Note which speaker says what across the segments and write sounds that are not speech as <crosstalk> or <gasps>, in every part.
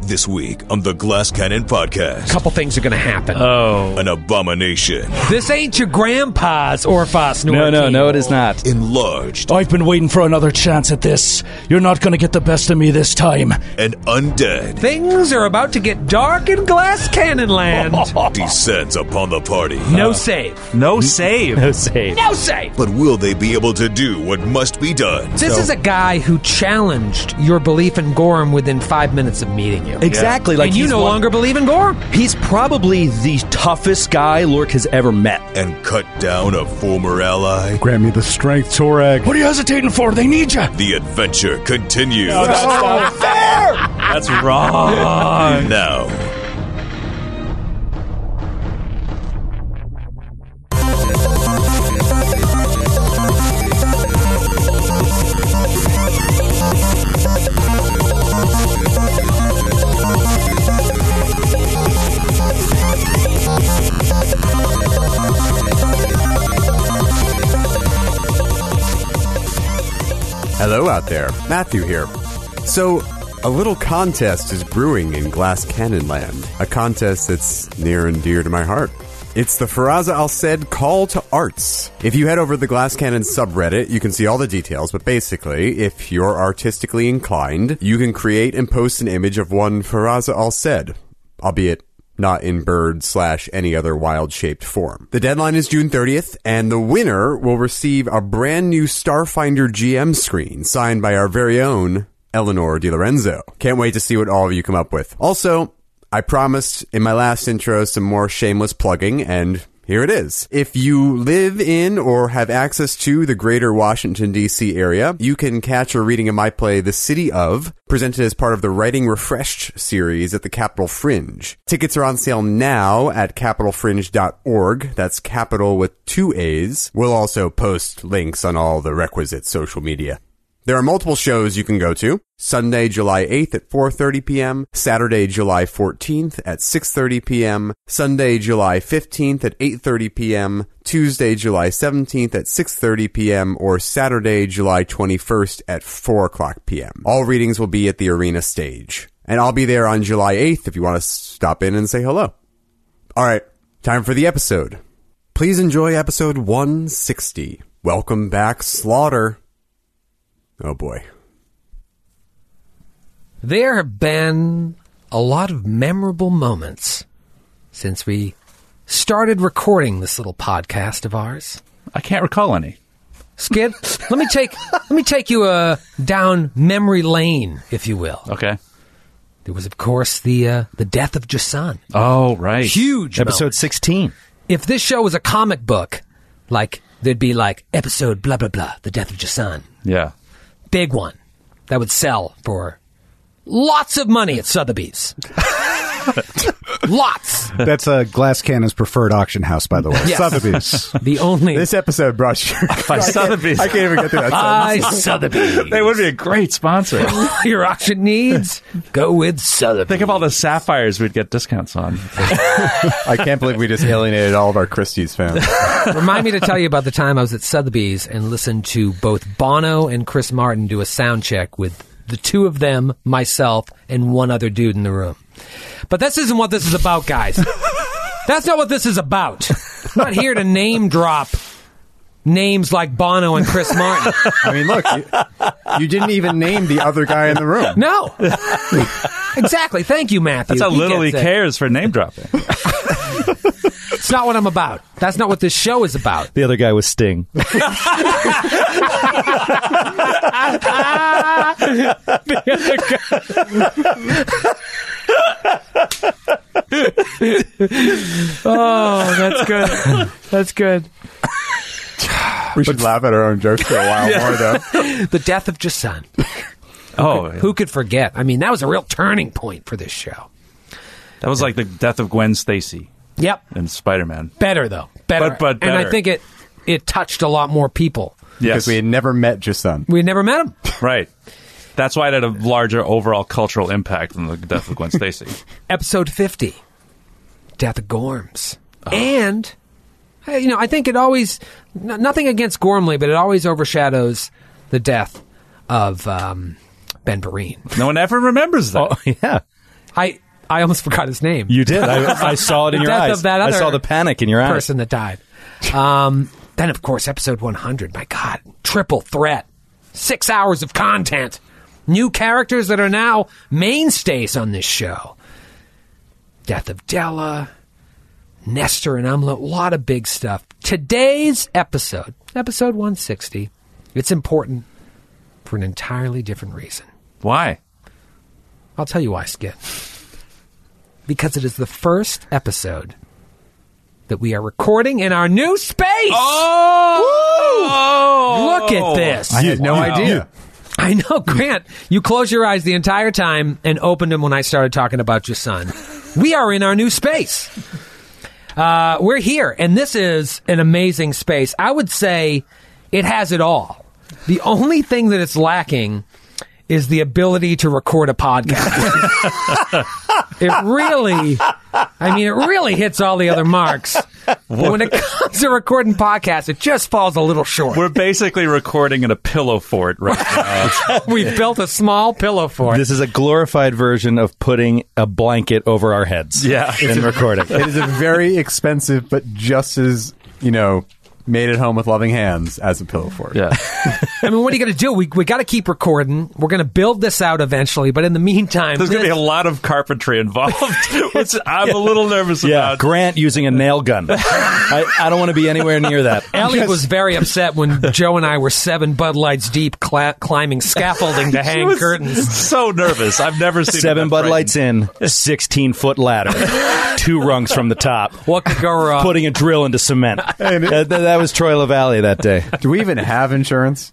Speaker 1: This week on the Glass Cannon Podcast,
Speaker 2: couple things are going to happen.
Speaker 3: Uh.
Speaker 4: Oh.
Speaker 1: an abomination
Speaker 2: this ain't your grandpa's Orphos.
Speaker 3: No, no, no, it is not.
Speaker 1: enlarged,
Speaker 5: I've been waiting for another chance at this. You're not going to get the best of me this time.
Speaker 1: an undead
Speaker 2: Things are about to get dark in Glass Cannon Land.
Speaker 1: <laughs>
Speaker 3: <laughs>
Speaker 1: descends upon the party.
Speaker 2: no save.
Speaker 4: No save.
Speaker 3: No save.
Speaker 2: No save.
Speaker 1: But will they be able to do what must be done?
Speaker 2: This is a guy who challenged your belief in Gorm within five minutes of meeting you.
Speaker 3: Exactly. Like
Speaker 2: and you
Speaker 3: he's
Speaker 2: no
Speaker 3: one-
Speaker 2: longer believe in Gorm.
Speaker 3: He's probably the toughest guy Lork has ever met.
Speaker 1: And cut down a former ally?
Speaker 6: Grant me the strength, Torag.
Speaker 5: What are you hesitating for? They need you.
Speaker 1: The adventure continues.
Speaker 3: That's wrong.
Speaker 1: now.
Speaker 7: Hello out there, Matthew here. So, a little contest is brewing in Glass Cannon Land, a contest that's near and dear to my heart. It's the Faraza Al Said Call to Arts. If you head over to the Glass Cannon subreddit, you can see all the details, but basically, if you're artistically inclined, you can create and post an image of one Faraza Al Said, albeit not in bird slash any other wild shaped form. The deadline is June 30th, and the winner will receive a brand new Starfinder GM screen signed by our very own Eleanor Di Lorenzo. Can't wait to see what all of you come up with. Also, I promised in my last intro some more shameless plugging, and here it is. If you live in or have access to the greater Washington, D.C. area, you can catch a reading of my play, The City of, presented as part of the Writing Refreshed series at the Capitol Fringe. Tickets are on sale now at capitalfringe.org. That's capital with two A's. We'll also post links on all the requisite social media. There are multiple shows you can go to. Sunday, July 8th at 4:30 p.m., Saturday, July 14th at 6:30 p.m., Sunday, July 15th at 8:30 p.m., Tuesday, July 17th at 6:30 p.m., or Saturday, July 21st at 4 o'clock p.m. All readings will be at the arena stage, and I'll be there on July 8th if you want to stop in and say hello. All right, time for the episode. Please enjoy episode 160. Welcome back, Slaughter. Oh boy.
Speaker 2: There have been a lot of memorable moments since we started recording this little podcast of ours.
Speaker 4: I can't recall any.
Speaker 2: Skid, let me take let me take you uh, down memory lane, if you will.
Speaker 4: Okay.
Speaker 2: There was, of course, the uh, the death of Jason.
Speaker 4: Oh, right.
Speaker 2: Huge
Speaker 3: Episode
Speaker 2: moment.
Speaker 3: 16.
Speaker 2: If this show was a comic book, like there'd be like episode blah blah blah, the death of Jason,
Speaker 4: Yeah.
Speaker 2: big one that would sell for lots of money at Sotheby's. <laughs> lots.
Speaker 6: That's a uh, Glass Cannon's preferred auction house, by the way.
Speaker 2: Yes.
Speaker 6: Sotheby's.
Speaker 2: The only
Speaker 7: This episode brought you.
Speaker 8: <laughs>
Speaker 4: By Sotheby's. <laughs>
Speaker 7: I can't even get through that.
Speaker 2: by Sotheby's.
Speaker 4: They would be a great sponsor.
Speaker 2: Your auction needs go with Sotheby's.
Speaker 4: Think of all the sapphires we'd get discounts on.
Speaker 7: I can't believe we just alienated all of our Christie's fans.
Speaker 2: Remind me to tell you about the time I was at Sotheby's and listened to both Bono and Chris Martin do a sound check with the two of them, myself, and one other dude in the room. But this isn't what this is about,
Speaker 4: <laughs>
Speaker 2: guys. That's not what this is about. I'm not here to name drop names like Bono and Chris
Speaker 4: <laughs>
Speaker 2: Martin.
Speaker 7: I mean, look, you, you didn't even name the other guy in the room.
Speaker 2: No. exactly. Thank you, Matthew.
Speaker 4: That's how little he
Speaker 2: gets it.
Speaker 4: cares for name dropping.
Speaker 2: It's not what I'm about. That's not what this show is about.
Speaker 3: The other guy was Sting.
Speaker 2: Oh, that's good. That's good.
Speaker 7: We should laugh at our own jokes for a while more, though.
Speaker 2: The death of Jason.
Speaker 4: Oh,
Speaker 2: Who could forget? I mean, that was a real turning point for this show.
Speaker 4: that was like the death of Gwen Stacy
Speaker 2: Yep.
Speaker 4: in Spider Man.
Speaker 2: Better though. Better.
Speaker 4: But- but
Speaker 2: And I
Speaker 4: better.
Speaker 2: think it it touched a lot more people.
Speaker 4: Yes.
Speaker 7: Because we had never met Jason.
Speaker 2: We never met him.
Speaker 4: right. That's why it had a larger overall cultural impact than the death of Gwen Stacy.
Speaker 2: Episode 50. Death of Gorms.
Speaker 4: Oh.
Speaker 2: And hey, you know, I think it always n- nothing against Gormley, but it always overshadows the death of um, Ben Vereen.
Speaker 4: No one ever remembers that.
Speaker 3: yeah.
Speaker 2: I I almost <laughs> forgot his name.
Speaker 8: You
Speaker 2: <laughs>
Speaker 8: did. I, I saw it in
Speaker 2: The
Speaker 8: your
Speaker 2: death
Speaker 8: eyes.
Speaker 2: of that
Speaker 8: I
Speaker 2: other
Speaker 8: saw the panic in your eyes.
Speaker 2: person that died. Um, then of course episode 100. My God, triple threat, six hours of content, new characters that are now mainstays on this show. Death of Della, Nestor and Umla, a lot of big stuff. Today's episode, episode 160, it's important for an entirely different reason.
Speaker 4: Why?
Speaker 2: I'll tell you why, Skit. Because it is the first episode that we are recording in our new space.
Speaker 4: Oh!
Speaker 2: Look at this.
Speaker 9: I had no
Speaker 4: Wow.
Speaker 9: idea.
Speaker 2: I know, Grant. You closed your eyes the entire time and opened them when I started talking about your son. We are in our new space. Uh, we're here, and this is an amazing space. I would say it has it all. The only thing that it's lacking is the ability to record a podcast. <laughs> it really, I mean, it really hits all the other marks. But when it comes to recording podcasts, it just falls a little short.
Speaker 4: We're basically recording in a pillow fort right now.
Speaker 2: We've built a small pillow for it.
Speaker 8: This is a glorified version of putting a blanket over our heads.
Speaker 4: Yeah.
Speaker 8: and recording.
Speaker 7: It is a very expensive, but just as you know, made at home with loving hands as a pillow fort.
Speaker 4: <laughs> yeah.
Speaker 2: I mean, what are you going to do? We, we got to keep recording. We're going to build this out eventually, but in the meantime,
Speaker 4: There's going to be a
Speaker 2: let's-
Speaker 4: lot of carpentry involved, <laughs> which I'm a little nervous
Speaker 8: Yeah,
Speaker 4: about.
Speaker 8: Grant using a nail gun. I, I don't want to be anywhere
Speaker 4: <laughs>
Speaker 8: near that.
Speaker 2: Ellie was very upset
Speaker 8: <laughs>
Speaker 2: when Joe and I were seven Bud Lights deep cla- climbing scaffolding
Speaker 8: <laughs>
Speaker 2: to
Speaker 4: She
Speaker 2: hang
Speaker 4: was
Speaker 2: curtains.
Speaker 4: so nervous. I've never seen her
Speaker 8: Seven
Speaker 4: that
Speaker 8: Bud
Speaker 4: frightened.
Speaker 8: Lights in, 16 foot ladder, two rungs from the top,
Speaker 2: What could go wrong?
Speaker 8: putting a drill into cement. That, that- <laughs> that was Troy LaValle that day.
Speaker 7: Do we even have insurance?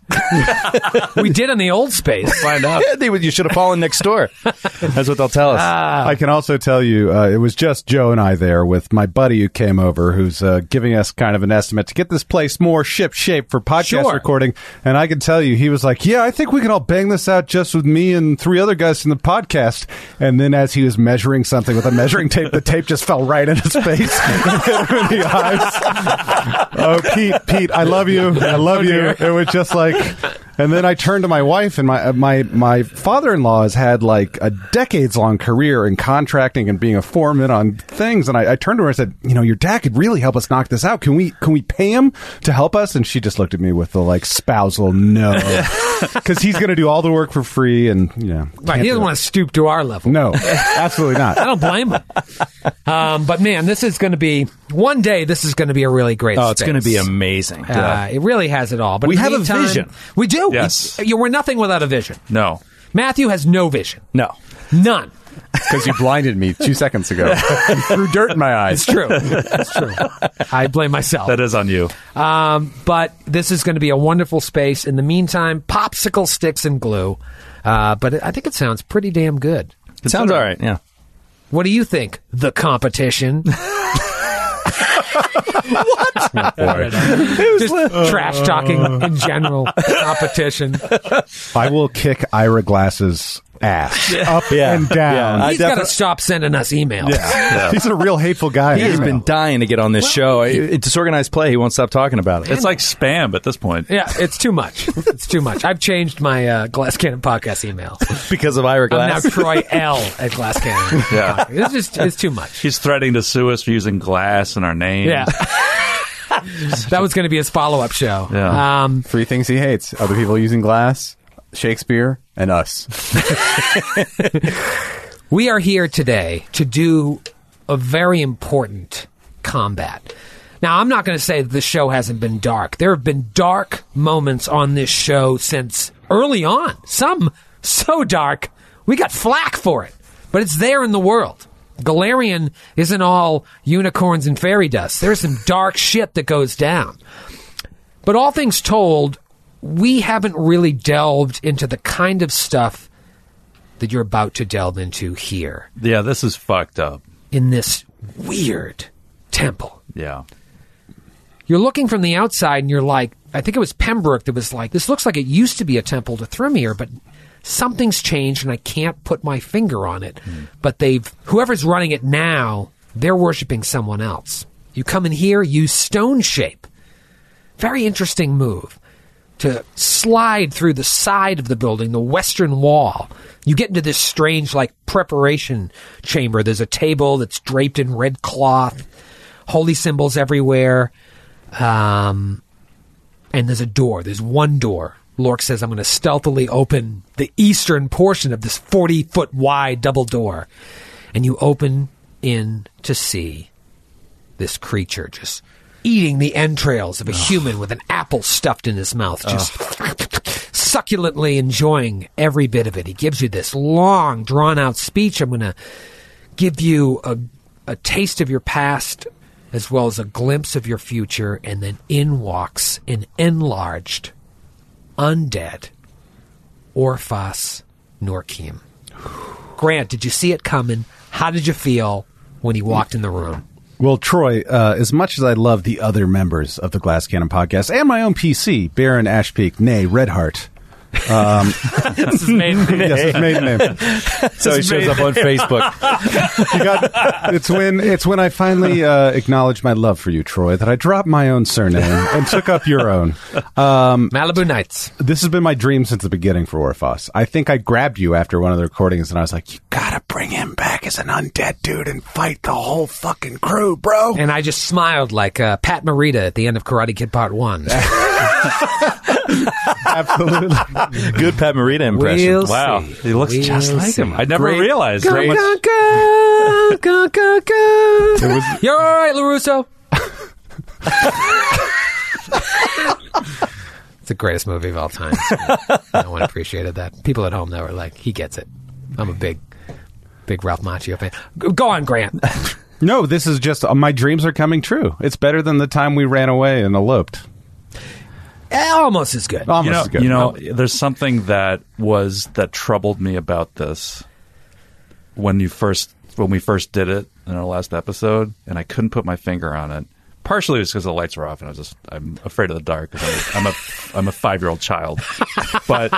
Speaker 2: we did in the old
Speaker 8: <laughs>
Speaker 2: space.
Speaker 8: Find
Speaker 7: <laughs>
Speaker 8: out. you should have fallen next door. That's what they'll tell us.
Speaker 7: Ah.
Speaker 6: I can also tell you, uh, it was just Joe and I there with my buddy who came over, who's uh, giving us kind of an estimate to get this place more ship shape for podcast
Speaker 2: Sure.
Speaker 6: recording. And I can tell you, he was like, "Yeah, I think we can all bang this out just with me and three other guys from the podcast." And then, as he was measuring something with a measuring tape, the tape just fell right in his face, <laughs> and hit him in the eyes. Oh, Pete, Pete, I love you. I love you. It was just like. And then I turned to my wife, and my uh, my my father in law has had like a decades long career in contracting and being a foreman on things. And I, I turned to her and said, "You know, your dad could really help us knock this out. Can we can we pay him to help us?" And she just looked at me with the like spousal no, <laughs> because he's going to do all the work for free, and you know,
Speaker 2: Right, he doesn't want to stoop to our level.
Speaker 6: no, absolutely not.
Speaker 2: I don't blame
Speaker 8: <laughs>
Speaker 2: him. Um, but man, this is going to be one day. This is going to be a really great.
Speaker 8: oh, it's
Speaker 2: space.
Speaker 8: going to be amazing.
Speaker 2: Uh, it really has it all. But
Speaker 8: We
Speaker 2: in the
Speaker 8: have a
Speaker 2: meantime-
Speaker 8: vision.
Speaker 2: We do.
Speaker 4: Yes.
Speaker 2: We- you- we're nothing without a vision.
Speaker 4: No.
Speaker 2: Matthew has no vision.
Speaker 8: no.
Speaker 2: None.
Speaker 7: Because you blinded me two seconds ago. you threw dirt in my eyes.
Speaker 2: It's true. It's true. I blame myself.
Speaker 4: That is on you.
Speaker 2: Um, but this is going to be a wonderful space. In the meantime, popsicle sticks and glue. Uh, but I think it sounds pretty damn good.
Speaker 8: It sounds all right. Yeah.
Speaker 2: What do you think? The
Speaker 8: <laughs>
Speaker 2: competition. what? <laughs> Just trash talking
Speaker 8: uh,
Speaker 2: in general. Competition.
Speaker 6: I will kick Ira Glass's ass up
Speaker 8: Yeah.
Speaker 6: and down.
Speaker 8: Yeah. <laughs> I
Speaker 2: He's got to
Speaker 8: defi-
Speaker 2: stop sending us emails.
Speaker 6: He's a real hateful guy.
Speaker 8: He's been dying to get on this show. It- It's disorganized play. He won't stop talking about it.
Speaker 4: It's like spam at this point.
Speaker 2: Yeah, it's too much. It's too much. I've changed my uh, Glass Cannon podcast email.
Speaker 8: It's because of Ira
Speaker 2: I'm now
Speaker 8: Glass.
Speaker 2: Troy L at Glass Cannon.
Speaker 4: Yeah.
Speaker 2: It's just it's too much.
Speaker 4: He's threatening to sue us for using glass in our name.
Speaker 2: Yeah. <laughs> that was going to be his follow up show.
Speaker 4: Yeah.
Speaker 2: Um,
Speaker 7: Three things he hates other people using glass, Shakespeare, and us.
Speaker 2: we are here today to do a very important combat. Now, I'm not going to say that the show hasn't been dark. There have been dark moments on this show since early on. Some so dark, we got flack for it. But it's there in the world. Galarian isn't all unicorns and fairy dust. There's some dark shit that goes down. But all things told, we haven't really delved into the kind of stuff that you're about to delve into here
Speaker 4: Yeah, this is fucked up.
Speaker 2: in this weird temple.
Speaker 4: Yeah.
Speaker 2: You're looking from the outside and you're like, I think it was Pembroke that was like, this looks like it used to be a temple to Thrymir, but something's changed and I can't put my finger on it. But they've, whoever's running it now, they're worshiping someone else. You come in here, use stone shape. Very interesting move. to slide through the side of the building, the western wall. You get into this strange, like, preparation chamber. There's a table that's draped in red cloth, holy symbols everywhere. Um, and there's a door. There's one door. Lork says, I'm going to stealthily open the eastern portion of this 40 foot wide double door. And you open in to see this creature just eating the entrails of a human with an apple stuffed in his mouth, just succulently enjoying every bit of it. He gives you this long, drawn out speech. I'm going to give you a, a taste of your past as well as a glimpse of your future, and then in walks an enlarged, undead Orphas Norkim. Grant, did you see it coming? How did you feel when he walked in the room?
Speaker 6: Well, Troy, uh, as much as I love the other members of the Glass Cannon podcast and my own PC, Baron Ashpeak, nay, Redheart.
Speaker 4: <laughs> This is made.
Speaker 6: Yes, his maiden
Speaker 4: <laughs>
Speaker 6: name.
Speaker 4: so he shows up on Facebook.
Speaker 6: <laughs> You got- it's when it's when I finally uh, acknowledged my love for you, Troy, that I dropped my own surname and took up your own.
Speaker 2: Malibu Nights.
Speaker 6: This has been my dream since the beginning for Orphos. I think I grabbed you after one of the recordings, and I was like, "You gotta bring him back as an undead dude and fight the whole fucking crew, bro."
Speaker 2: And I just smiled like uh, Pat Morita at the end of Karate Kid Part 1.
Speaker 6: Absolutely.
Speaker 8: Good Pat Morita impression.
Speaker 2: We'll
Speaker 4: Wow,
Speaker 2: see.
Speaker 4: he looks just
Speaker 2: We'll
Speaker 4: like him.
Speaker 2: see.
Speaker 4: I never
Speaker 2: Great-
Speaker 4: realized.
Speaker 2: Go,
Speaker 4: Great.
Speaker 2: go, go, go, go, go.
Speaker 4: <laughs>
Speaker 2: You're all right, LaRusso. it's the greatest movie of all time. <laughs> no one appreciated that. People at home, though, were like, he gets it. I'm a big, big Ralph Macchio fan. Go go on,
Speaker 4: <laughs>
Speaker 2: Grant.
Speaker 6: No, this is just uh, my dreams are coming true. It's better than the time we ran away and eloped.
Speaker 2: Almost as good.
Speaker 6: Almost
Speaker 4: You know,
Speaker 6: as good.
Speaker 4: you know, there's something that was that troubled me about this when you first when we first did it in our last episode, and I couldn't put my finger on it. Partially it was because the lights were off, and I was just I'm afraid of the dark because I'm a, I'm a I'm a five year old child. <laughs> But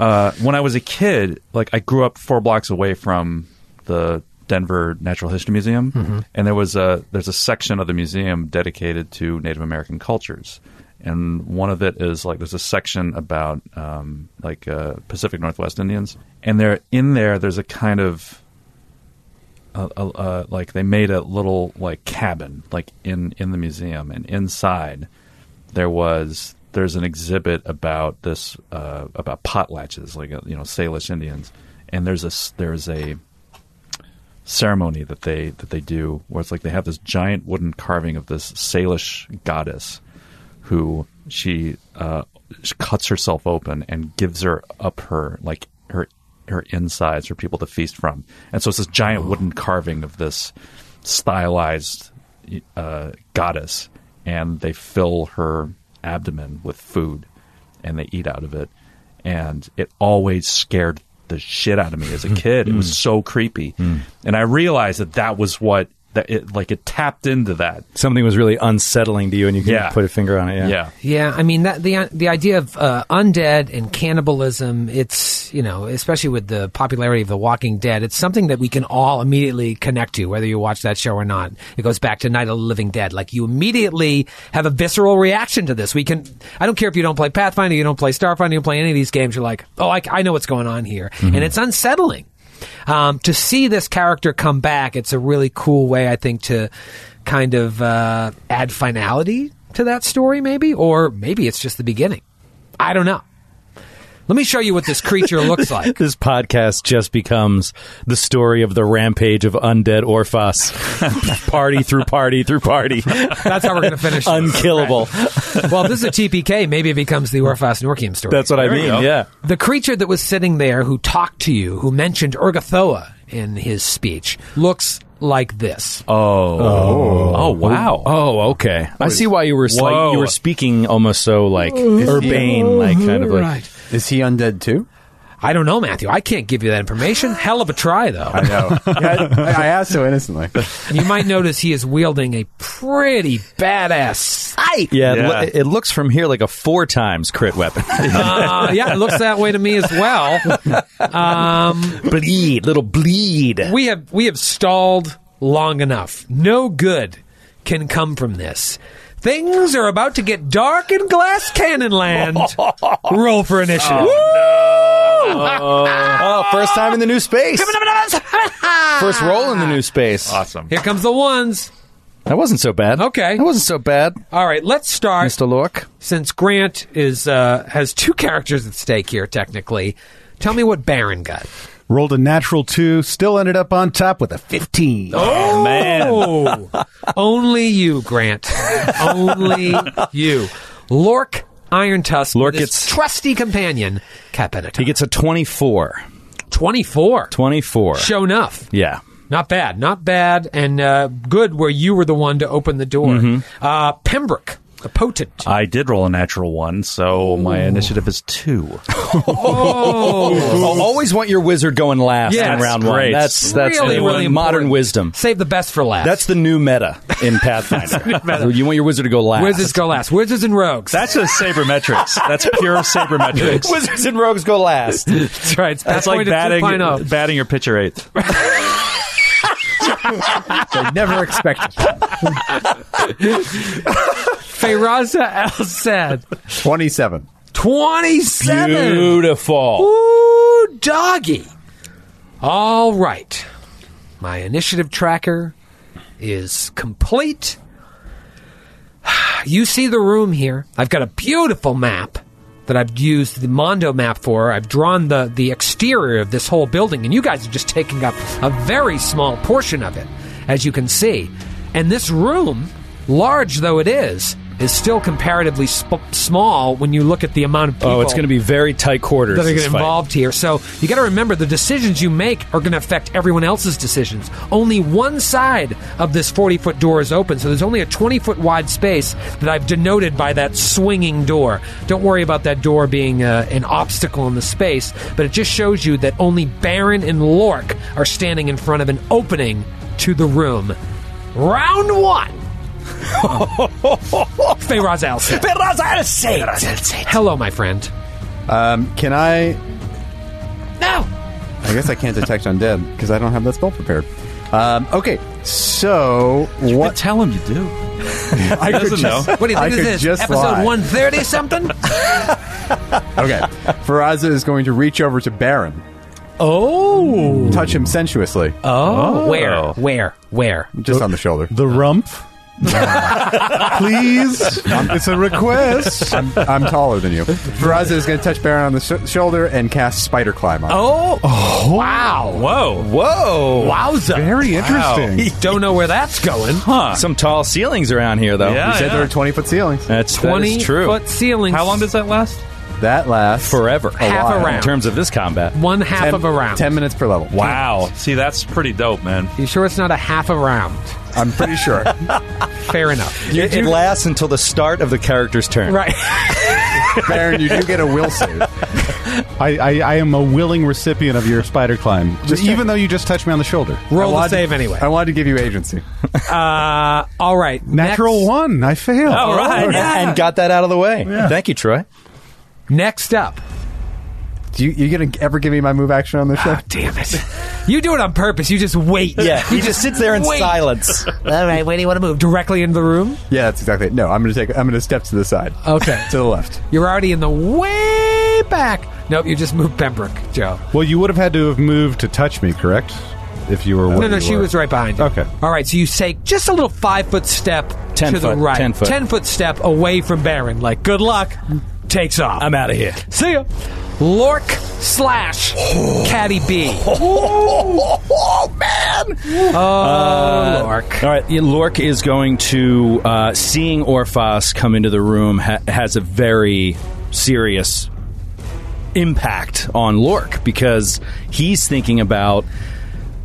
Speaker 4: uh, when I was a kid, like I grew up four blocks away from the Denver Natural History Museum, and there was a there's a section of the museum dedicated to Native American cultures, and one of it is like there's a section about um, like uh, Pacific Northwest Indians, and they're in there. There's a kind of uh, uh, uh, like they made a little like cabin like in in the museum, and inside there was there's an exhibit about this uh, about potlatches, like uh, you know Salish Indians, and there's a s- there's a ceremony that they that they do where it's like they have this giant wooden carving of this Salish goddess who she uh, she cuts herself open and gives her up her like her her insides for people to feast from, and so it's this giant wooden carving of this stylized uh, goddess, and they fill her abdomen with food, and they eat out of it, and it always scared the shit out of me as a kid. It was so creepy, and I realized that that was what that it like it tapped into that.
Speaker 8: Something was really unsettling to you, and you couldn't
Speaker 4: Yeah.
Speaker 8: put a finger on it. Yeah.
Speaker 4: Yeah,
Speaker 2: Yeah, I mean that the the idea of uh, undead and cannibalism. It's you know, especially with the popularity of The Walking Dead, it's something that we can all immediately connect to, whether you watch that show or not. It goes back to Night of the Living Dead. Like you immediately have a visceral reaction to this. We can. I don't care if you don't play Pathfinder, you don't play Starfinder, you don't play any of these games. You're like, oh, I, I know what's going on here, and it's unsettling. Um, to see this character come back, it's a really cool way, I think, to kind of uh, add finality to that story, maybe, or maybe it's just the beginning. I don't know. Let me show you what this creature looks
Speaker 8: <laughs>
Speaker 2: like.
Speaker 8: This podcast just becomes the story of the rampage of undead Orphos, party through party through party,
Speaker 2: That's how we're going to finish. this.
Speaker 8: unkillable.
Speaker 2: Right. Well, if this is a TPK. Maybe it becomes the Orphas Norkium story.
Speaker 8: That's what I mean. Yeah,
Speaker 2: the creature that was sitting there who talked to you, who mentioned Urgathoa in his speech, looks like this.
Speaker 4: Oh wow!
Speaker 8: Oh, okay. I see why you were s- like, you were speaking almost so like urbane, like kind of like.
Speaker 7: <laughs> Is he undead too?
Speaker 2: I don't know, Matthew. I can't give you that information. Hell of a try, though.
Speaker 7: <laughs> No. I, I asked so innocently.
Speaker 2: You might notice he is wielding a pretty badass sight.
Speaker 4: Yeah.
Speaker 8: Yeah, It, lo- it looks from here like a four times crit weapon.
Speaker 2: Uh, yeah, it looks that way to me as well.
Speaker 8: bleed, little bleed.
Speaker 2: We have we have stalled long enough. No good can come from this. Things are about to get dark in Glass Cannon Land. Roll for initiative.
Speaker 10: Oh, first time in the new space. First roll in the new space.
Speaker 4: Awesome.
Speaker 2: Here comes the ones.
Speaker 8: That wasn't so bad.
Speaker 2: Okay.
Speaker 8: That wasn't so bad,
Speaker 2: All right, let's start.
Speaker 8: Mr. Lork.
Speaker 2: Since Grant is uh, has two characters at stake here, technically, tell me what Baron got.
Speaker 11: Rolled a natural two, still ended up on top with a 15.
Speaker 4: Oh, man.
Speaker 2: Oh, only you, Grant. Only you, Lork Iron Tusk.
Speaker 8: Lork
Speaker 2: with his
Speaker 8: gets-
Speaker 2: trusty companion Capetta.
Speaker 8: He gets a 24.
Speaker 2: twenty four.
Speaker 8: 24.
Speaker 2: Show enough.
Speaker 8: yeah.
Speaker 2: Not bad, not bad, and uh, good where you were the one to open the door.
Speaker 8: Mm-hmm.
Speaker 2: Uh, Pembroke, a potent.
Speaker 8: Uh,
Speaker 4: I did roll a natural one, so my initiative is two.
Speaker 8: Oh, always want your wizard going last
Speaker 2: Yeah,
Speaker 8: in
Speaker 2: that's
Speaker 8: round
Speaker 4: great.
Speaker 8: one. That's that's
Speaker 2: really,
Speaker 8: the
Speaker 2: really
Speaker 8: modern
Speaker 2: important.
Speaker 8: wisdom.
Speaker 2: Save the best for last.
Speaker 8: That's the new meta
Speaker 2: <laughs>
Speaker 8: in Pathfinder. You want your wizard to go last.
Speaker 2: Wizards go last. Wizards and rogues.
Speaker 4: That's just sabermetrics. That's pure sabermetrics.
Speaker 8: Wizards and rogues go last.
Speaker 2: That's right. It's
Speaker 4: That's like
Speaker 2: oh.
Speaker 4: batting, batting your pitcher eighth.
Speaker 6: I never expected.
Speaker 2: Feyraza Al said
Speaker 6: 27.
Speaker 2: 27.
Speaker 8: Beautiful.
Speaker 2: Ooh, doggy. All right. My initiative tracker is complete. You see the room here. I've got a beautiful map that I've used the Mondo map for. I've drawn the, the exterior of this whole building, and you guys are just taking up a very small portion of it, as you can see. And this room, large though it is, is still comparatively sp- small when you look at the amount of people
Speaker 8: Oh, it's going to be very tight quarters.
Speaker 2: that are
Speaker 8: this
Speaker 2: going to
Speaker 8: fight.
Speaker 2: involved here. So you got to remember the decisions you make are going to affect everyone else's decisions. Only one side of this 40 foot door is open, so there's only a 20 foot wide space that I've denoted by that swinging door. Don't worry about that door being uh, an obstacle in the space, but it just shows you that only Baron and Lork are standing in front of an opening to the room. Round one. Feyraz Alcet. Hello, my friend.
Speaker 7: Um, can I?
Speaker 2: No.
Speaker 7: I guess I can't detect undead because I don't have that spell prepared. Um, okay, so
Speaker 4: But
Speaker 7: what?
Speaker 4: tell him you do.
Speaker 7: <laughs> I could
Speaker 4: doesn't know.
Speaker 2: What do you
Speaker 7: I
Speaker 2: think
Speaker 7: could
Speaker 2: of this?
Speaker 7: just
Speaker 2: Episode
Speaker 7: lie.
Speaker 2: one thirty something?
Speaker 4: <laughs>
Speaker 7: Okay, Faraza is going to reach over to Baron,
Speaker 2: Oh.
Speaker 7: touch him sensuously,
Speaker 2: Oh. Where? Where? Where?
Speaker 7: just on the shoulder.
Speaker 11: The
Speaker 7: <laughs>
Speaker 11: rump. Please. It's a request.
Speaker 7: I'm, I'm taller than you. Faraza is going to touch Baron on the sh- shoulder and cast Spider Climb on. him.
Speaker 2: Oh. Wow. Whoa.
Speaker 8: Whoa.
Speaker 2: Wowza. <laughs>
Speaker 11: Very interesting.
Speaker 2: Don't know where that's going. Huh.
Speaker 8: Some tall ceilings around here, though.
Speaker 4: Yeah,
Speaker 7: He said there were 20 foot ceilings.
Speaker 8: That's that is
Speaker 2: 20
Speaker 8: true.
Speaker 2: foot ceilings.
Speaker 4: How long does that last?
Speaker 7: That lasts
Speaker 8: Forever.
Speaker 2: half
Speaker 7: while.
Speaker 2: a
Speaker 8: In
Speaker 2: round?
Speaker 8: terms of this combat.
Speaker 2: one half
Speaker 7: ten,
Speaker 2: of a round.
Speaker 7: 10 minutes per level.
Speaker 4: Wow. See, that's pretty dope, man.
Speaker 2: You sure it's not a half a round?
Speaker 7: I'm
Speaker 11: <laughs>
Speaker 7: pretty sure.
Speaker 2: Fair enough.
Speaker 8: It, it lasts until the start of the character's turn.
Speaker 2: right. <laughs>
Speaker 7: Baron, you do get a will save.
Speaker 11: I, I, I am a willing recipient of your spider climb, even though you just touched me on the shoulder.
Speaker 2: Roll the
Speaker 7: wanted-
Speaker 2: save anyway.
Speaker 7: I wanted to give you agency.
Speaker 2: Uh, all right.
Speaker 11: Natural
Speaker 2: next,
Speaker 11: one. I failed.
Speaker 8: All right. And got that out of the way. Thank you, Troy.
Speaker 2: Next up.
Speaker 7: Do you, you gonna ever give me my move action on this show?
Speaker 2: Ah, Damn it. You do it on purpose. <laughs> You just wait.
Speaker 8: Yeah, he just sits there in
Speaker 2: Wait. <laughs>
Speaker 8: silence.
Speaker 2: All right. Where do you want to move? Directly into the room?
Speaker 7: Yeah, that's exactly it. No, I'm gonna take. I'm gonna step to the side.
Speaker 2: Okay.
Speaker 7: to the left.
Speaker 2: You're already in the way back. Nope, you just moved Pembroke, Joe.
Speaker 11: Well, you would have had to have moved to touch me, correct? If you were
Speaker 2: No, no, she was right behind you.
Speaker 11: Okay.
Speaker 2: All right, so you take just a little five foot step
Speaker 8: Ten
Speaker 2: to the
Speaker 8: foot,
Speaker 2: right.
Speaker 8: ten foot.
Speaker 2: step away from Baron. Like, good luck. Takes off.
Speaker 8: I'm out of here.
Speaker 2: See ya. Lork slash Caddy B.
Speaker 8: <laughs> Oh, man! Uh,
Speaker 2: Oh, Lork.
Speaker 8: All right, yeah, Lork is going to uh, seeing Orphos come into the room ha- has a very serious impact on Lork because he's thinking about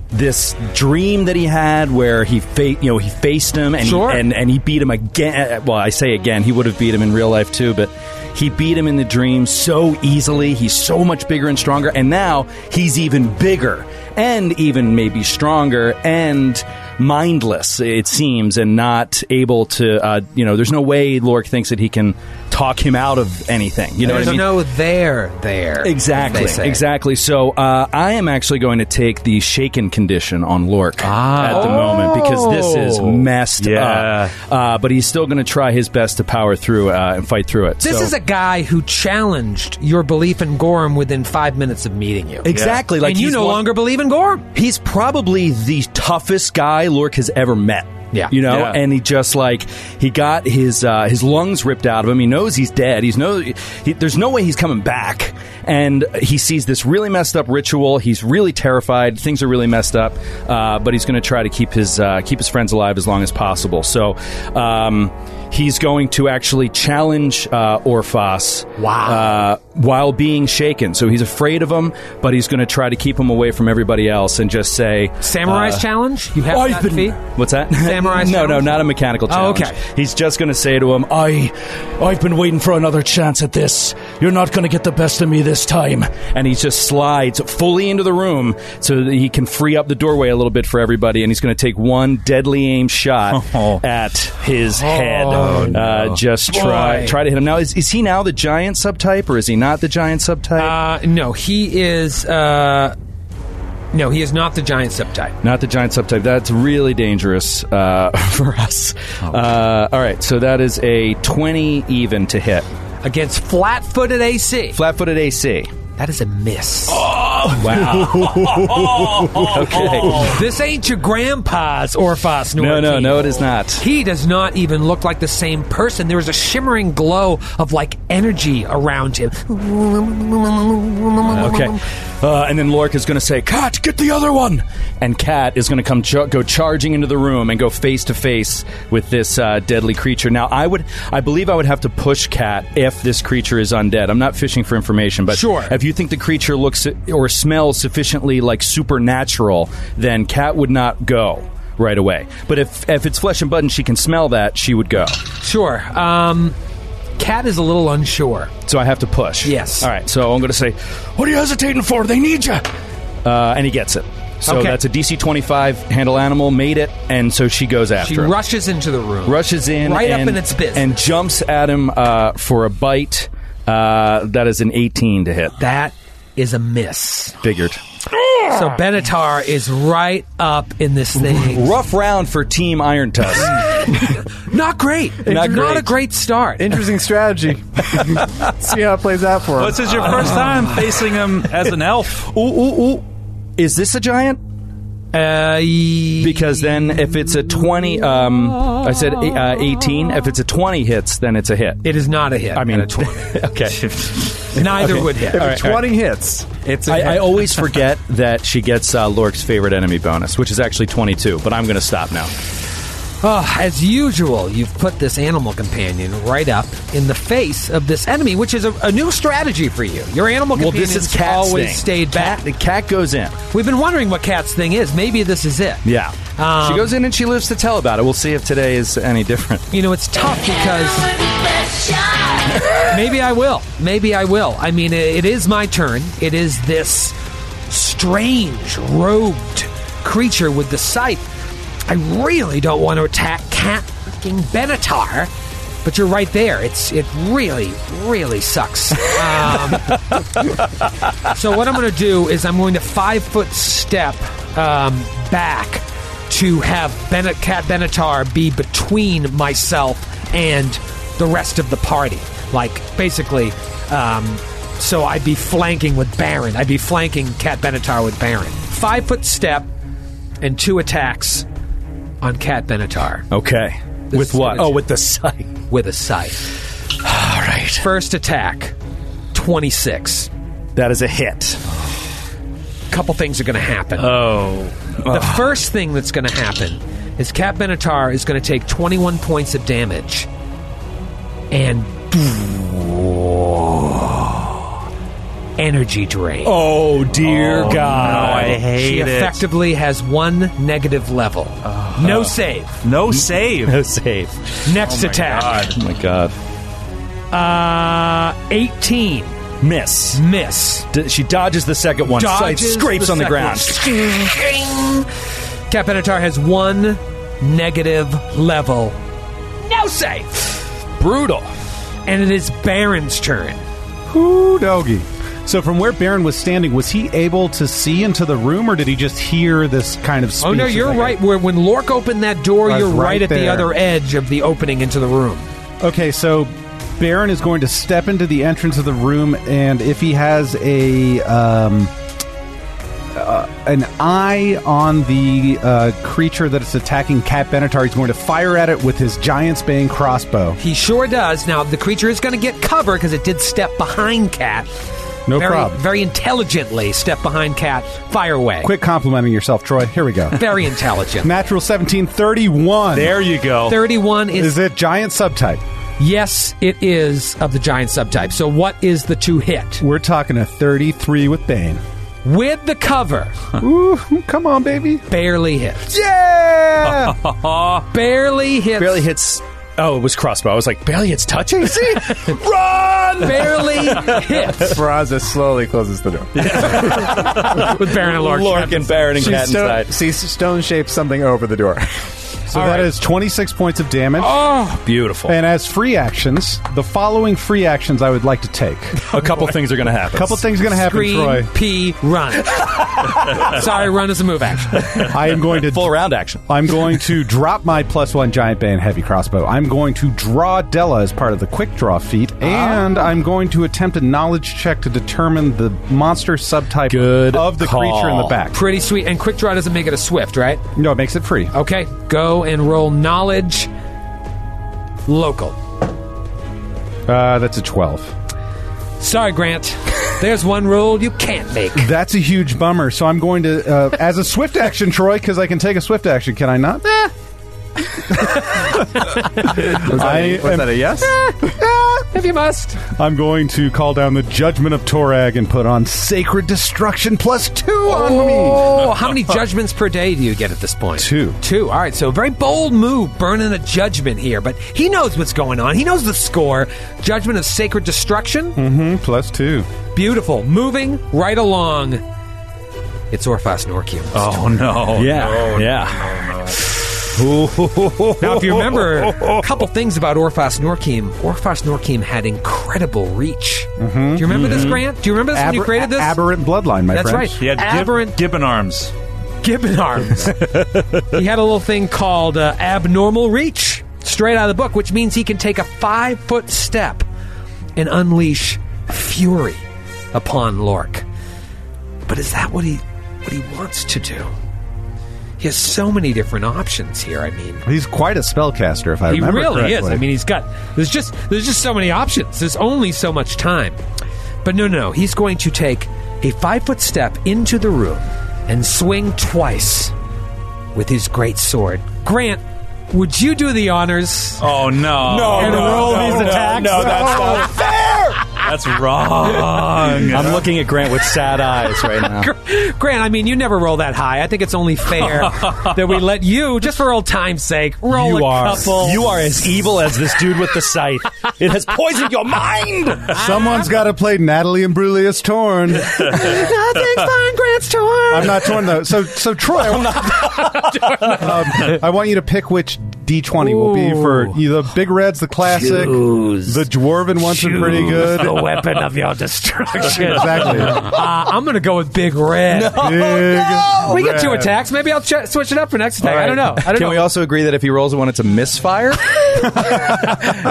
Speaker 8: this dream that he had where he fa- you know he faced him and
Speaker 2: Sure.
Speaker 8: he, and and he beat him again well I say again he would have beat him in real life too but he beat him in the dream so easily he's so much bigger and stronger and now he's even bigger and even maybe stronger and mindless, it seems, and not able to. Uh, you know, there's no way Lork thinks that he can talk him out of anything. You know
Speaker 2: There's
Speaker 8: what I mean?
Speaker 2: no there there. as they
Speaker 8: Exactly.
Speaker 2: say.
Speaker 8: Exactly. So uh, I am actually going to take the shaken condition on Lork
Speaker 2: Ah.
Speaker 8: at the moment because this is
Speaker 2: Oh.
Speaker 8: messed
Speaker 4: Yeah.
Speaker 8: up. Uh, but he's still going to try his best to power through uh, and fight through it.
Speaker 2: This
Speaker 8: So-
Speaker 2: is a guy who challenged your belief in Gorm within five minutes of meeting you.
Speaker 8: exactly like
Speaker 2: and you
Speaker 8: he's
Speaker 2: no
Speaker 8: one-
Speaker 2: longer believe in Gorm.
Speaker 8: He's probably the toughest guy Lork has ever met.
Speaker 2: Yeah.
Speaker 8: you know,
Speaker 4: Yeah.
Speaker 8: and he just like he got his uh, his lungs ripped out of him. He knows he's dead. He's no, he, there's no way he's coming back. And he sees this really messed up ritual. He's really terrified. Things are really messed up. Uh, but he's going to try to keep his uh, keep his friends alive as long as possible. So. Um, He's going to actually challenge uh, Orphos wow. uh, while being shaken. So he's afraid of him, but he's going to try to keep him away from everybody else and just say,
Speaker 2: Samurai's challenge. You have
Speaker 8: I've
Speaker 2: that
Speaker 8: been-
Speaker 2: feat.
Speaker 8: What's
Speaker 2: <laughs>
Speaker 8: that?
Speaker 2: Samurai
Speaker 8: <laughs> no, no,
Speaker 2: challenge?
Speaker 8: not a mechanical
Speaker 2: Oh,
Speaker 8: challenge.
Speaker 2: okay.
Speaker 8: He's just going to say to him,
Speaker 5: I, I've been waiting for another chance at this. You're not gonna get the best of me this time.
Speaker 8: and he just slides fully into the room so that he can free up the doorway a little bit for everybody. And he's going to take one deadly
Speaker 2: <laughs>
Speaker 8: aim shot
Speaker 4: Oh.
Speaker 8: at his head.
Speaker 2: Oh,
Speaker 8: uh, just try
Speaker 2: Boy.
Speaker 8: try to hit him. Now, is, is he now the giant subtype or is he not the giant subtype?
Speaker 2: Uh, no, he is. Uh, no, he is not the giant subtype.
Speaker 8: not the giant subtype. That's really dangerous uh, <laughs> for us.
Speaker 2: Oh.
Speaker 8: Uh, all right, so that is a 20 even to hit.
Speaker 2: Against flat-footed Oh. AC,
Speaker 8: Flat footed AC.
Speaker 2: that is a miss. <laughs>
Speaker 8: Okay.
Speaker 2: This ain't your grandpa's Orphos.
Speaker 8: No, no,
Speaker 2: Nortine.
Speaker 8: no, it is not.
Speaker 2: He does not even look like the same person. There is a shimmering glow of like energy around him.
Speaker 8: Okay. Uh, and then Lork is going to say, Cat, get the other one! And Cat is going to come ch- go charging into the room and go face to face with this uh, deadly creature. Now, I would, I believe I would have to push Cat if this creature is undead. I'm not fishing for information, but
Speaker 2: Sure.
Speaker 8: if you think the creature looks or smells sufficiently like supernatural, then Cat would not go right away. But if, if it's flesh and blood and she can smell that, she would go.
Speaker 2: Sure. Um, Cat is a little unsure.
Speaker 8: So I have to push.
Speaker 2: Yes.
Speaker 8: All right. So I'm going to say, "What are you hesitating for? They need you." Uh, and he gets it. So
Speaker 2: Okay.
Speaker 8: that's a DC 25 handle animal made it, and so she goes after
Speaker 2: She
Speaker 8: him.
Speaker 2: rushes into the room.
Speaker 8: rushes in,
Speaker 2: right up
Speaker 8: and-
Speaker 2: in its business.
Speaker 8: and jumps at him uh, for a bite. Uh, that is an 18 to hit.
Speaker 2: that is a miss.
Speaker 8: Figured.
Speaker 2: So Benatar is right up in this thing.
Speaker 8: Rough round for Team Iron Tusk.
Speaker 2: <laughs> Not great. Not
Speaker 8: Not great.
Speaker 2: a great start.
Speaker 6: Interesting strategy. See how it plays out for
Speaker 4: This
Speaker 6: us.
Speaker 4: is your first time facing him as an elf.
Speaker 8: ooh, ooh, ooh. Is this a giant?
Speaker 2: Uh,
Speaker 8: Because then, if it's a 20, um, I said uh, 18. If it's a 20 hits, then it's a hit.
Speaker 2: it is not a hit.
Speaker 8: I mean,
Speaker 2: at a 20. <laughs>
Speaker 8: <laughs> okay.
Speaker 2: neither would hit.
Speaker 8: All right, all right.
Speaker 6: Twenty hits. It's a
Speaker 8: I, I always forget that she gets uh, Lork's favorite enemy bonus, which is actually 22, but I'm going to stop now.
Speaker 2: Ah, as usual, you've put this animal companion right up in the face of this enemy, which is a, a new strategy for you. Your animal
Speaker 8: Well,
Speaker 2: companion
Speaker 8: this is Cat's
Speaker 2: always
Speaker 8: thing.
Speaker 2: stayed back.
Speaker 8: The cat goes in.
Speaker 2: We've been wondering what Cat's thing is. Maybe this is it.
Speaker 8: Yeah.
Speaker 2: Um,
Speaker 8: she goes in and she lives to tell about it. We'll see if today is any different.
Speaker 2: You know, it's tough because <laughs> maybe I will. Maybe I will. I mean, it, it is my turn. It is this strange robed creature with the scythe. I really don't want to attack Cat fucking Benatar, but you're right there. It's it really, really sucks. <laughs> Um, so what I'm going to do is I'm going to five foot step um, back to have Bennett, Cat Benatar be between myself and the rest of the party. Like basically, um, so I'd be flanking with Baron. I'd be flanking Cat Benatar with Baron. Five foot step and two attacks on Cat Benatar
Speaker 8: Okay. with
Speaker 2: is
Speaker 8: what?
Speaker 2: good.
Speaker 8: Oh, with the sight.
Speaker 2: with a scythe.
Speaker 8: All right.
Speaker 2: First attack, twenty six.
Speaker 8: That is a hit.
Speaker 2: couple things are going to happen. Oh. The first thing that's going to happen is Cap Benatar is going to take 21 points of damage. And. <sighs> Energy drain.
Speaker 8: Oh, dear God.
Speaker 4: I
Speaker 2: she
Speaker 4: hate it.
Speaker 2: effectively has one negative level. Uh-huh. no save.
Speaker 4: No save.
Speaker 2: <laughs>
Speaker 8: No save.
Speaker 2: Next attack.
Speaker 8: Oh, my God.
Speaker 2: Uh, 18.
Speaker 8: Miss.
Speaker 2: Miss.
Speaker 8: D- she dodges the second one. Scythe
Speaker 2: Dodges
Speaker 8: scrapes
Speaker 2: the
Speaker 8: on the
Speaker 2: second
Speaker 8: ground.
Speaker 2: one. Cat Benatar has one negative level. No save. Brutal. And it is Baron's turn.
Speaker 6: Whoo doggy. So from where Baron was standing, was he able to see into the room, or did he just hear this kind of? Speech
Speaker 2: Oh no, you're right. Where when Lork opened that door,
Speaker 6: I was
Speaker 2: you're right,
Speaker 6: right
Speaker 2: at the
Speaker 6: there.
Speaker 2: other edge of the opening into the room.
Speaker 6: Okay, so Baron is going to step into the entrance of the room, and if he has a um, uh, an eye on the uh, creature that is attacking Cat Benatar, he's going to fire at it with his Giant's Bane crossbow.
Speaker 2: He sure does. Now the creature is going to get cover because it did step behind Cat.
Speaker 6: No
Speaker 2: very,
Speaker 6: problem.
Speaker 2: Very intelligently step behind Cat. Fire away.
Speaker 6: Quit complimenting yourself, Troy. Here we go.
Speaker 2: Very intelligent.
Speaker 6: Natural seventeen thirty-one.
Speaker 4: There you go.
Speaker 2: 31 is,
Speaker 6: Is it giant subtype?
Speaker 2: yes, it is of the giant subtype. So what is the two hit?
Speaker 6: We're talking a 33 with Bane.
Speaker 2: With the cover,
Speaker 6: Ooh, come on, baby.
Speaker 2: barely hits.
Speaker 6: Yeah!
Speaker 2: <laughs> Barely hits.
Speaker 8: Barely hits. Oh, it was crossbow. I was like, barely hits touching.
Speaker 2: <laughs>
Speaker 8: See,
Speaker 2: Barely
Speaker 8: <laughs>
Speaker 2: hits.
Speaker 7: Peraza slowly closes the door. <laughs>
Speaker 2: With Baron and Lork.
Speaker 8: Lork and Baron and
Speaker 7: She
Speaker 8: Cat
Speaker 7: stone,
Speaker 8: inside.
Speaker 7: she stone shapes something over the
Speaker 11: Uh,
Speaker 7: <laughs> door.
Speaker 6: so that is 26 points of damage.
Speaker 8: Beautiful.
Speaker 6: And as free actions, the following free actions I would like to take.
Speaker 8: a couple things are going to happen.
Speaker 6: A
Speaker 8: <laughs>
Speaker 6: couple things going to happen,
Speaker 2: Scream,
Speaker 6: Troy.
Speaker 2: pee, run. <laughs> Sorry, run is a move action.
Speaker 6: I am going to
Speaker 8: <laughs> full round action.
Speaker 6: I'm going to drop my plus one giant bane heavy crossbow. I'm going to draw Della as part of the quick draw feat,
Speaker 8: Ah.
Speaker 6: and I'm going to attempt a knowledge check to determine the monster subtype
Speaker 8: Good
Speaker 6: of the
Speaker 8: call.
Speaker 6: creature in the back.
Speaker 2: Pretty sweet. And quick draw doesn't make it a swift, right?
Speaker 6: No, it makes it free.
Speaker 2: Okay, go and roll knowledge. Local.
Speaker 6: Uh, that's a 12.
Speaker 2: Sorry,
Speaker 8: <laughs>
Speaker 2: Grant. There's one rule you can't make.
Speaker 6: That's a huge bummer. So I'm going to, uh, as a swift action, Troy, because I can take a swift action. Can I not?
Speaker 2: Eh.
Speaker 6: <laughs>
Speaker 7: Was that, a-
Speaker 6: I
Speaker 7: was
Speaker 6: am- Eh.
Speaker 7: that a yes?
Speaker 2: If you must.
Speaker 6: I'm going to call down the judgment of Torag and put on sacred destruction plus two on me.
Speaker 2: Oh, how many judgments per day do you get at this point?
Speaker 6: Two.
Speaker 2: Two. All right, so very bold move, burning a judgment here, but he knows what's going on. He knows the score. Judgment of Sacred Destruction.
Speaker 6: Mm, plus two.
Speaker 2: Beautiful. Moving right along. It's Orphas Norkium.
Speaker 4: Oh no.
Speaker 8: Yeah,
Speaker 4: No,
Speaker 8: yeah.
Speaker 2: <laughs> Now, if you remember
Speaker 6: <laughs>
Speaker 2: a couple things about Orphas Norkim, Orphas Norkim had incredible reach. Do you remember this, Grant? Do you remember this when you
Speaker 6: Mm-hmm. Aber-
Speaker 2: created this?
Speaker 6: Aberrant bloodline, my
Speaker 2: That's
Speaker 6: friends.
Speaker 2: right.
Speaker 4: He had gib-
Speaker 2: Aberrant-
Speaker 4: gibbon arms.
Speaker 2: Gibbon arms. <laughs> he had a little thing called uh, abnormal reach, straight out of the book, which means he can take a five foot step and unleash fury upon Lork. But is that what he what he wants to do? He has so many different options here. I mean,
Speaker 6: He's quite a spellcaster, if I
Speaker 2: he
Speaker 6: remember
Speaker 2: really is.
Speaker 6: correctly.
Speaker 2: I mean, he's got there's just there's just so many options. There's only so much time. But no, no, no. he's going to take a five foot step into the room and swing twice with his great sword. Grant, would you do the honors?
Speaker 4: Oh no. No.
Speaker 2: And roll these attacks?
Speaker 4: No, that's not fair. That's wrong.
Speaker 8: I'm looking at Grant with sad eyes right now.
Speaker 2: <laughs> Grant, I mean, you never roll that high. I think it's only fair that we let you, just for old time's sake, roll
Speaker 8: you
Speaker 2: a
Speaker 8: are
Speaker 2: couple.
Speaker 8: you are as evil as this dude with the scythe. <laughs> It has poisoned your mind.
Speaker 2: Ah.
Speaker 6: Someone's got to play Natalie and Brulius
Speaker 2: <laughs>
Speaker 6: Torn.
Speaker 2: Nothing's fine, Grant's
Speaker 6: <laughs>
Speaker 2: turn.
Speaker 6: I'm not torn though. So,
Speaker 2: <laughs>
Speaker 6: so Troy, i um, I want you to pick which D20 will be for you. The big red's the classic. The dwarven ones are pretty good.
Speaker 2: The weapon of your destruction.
Speaker 6: <laughs> Exactly.
Speaker 10: <laughs>
Speaker 2: Uh, I'm going to go with Big Red.
Speaker 6: Big
Speaker 2: we get two
Speaker 6: red.
Speaker 2: attacks. Maybe I'll ch- switch it up for next attack. I don't know. I don't
Speaker 10: Can
Speaker 2: know.
Speaker 10: we also agree that if he rolls one, it's a misfire?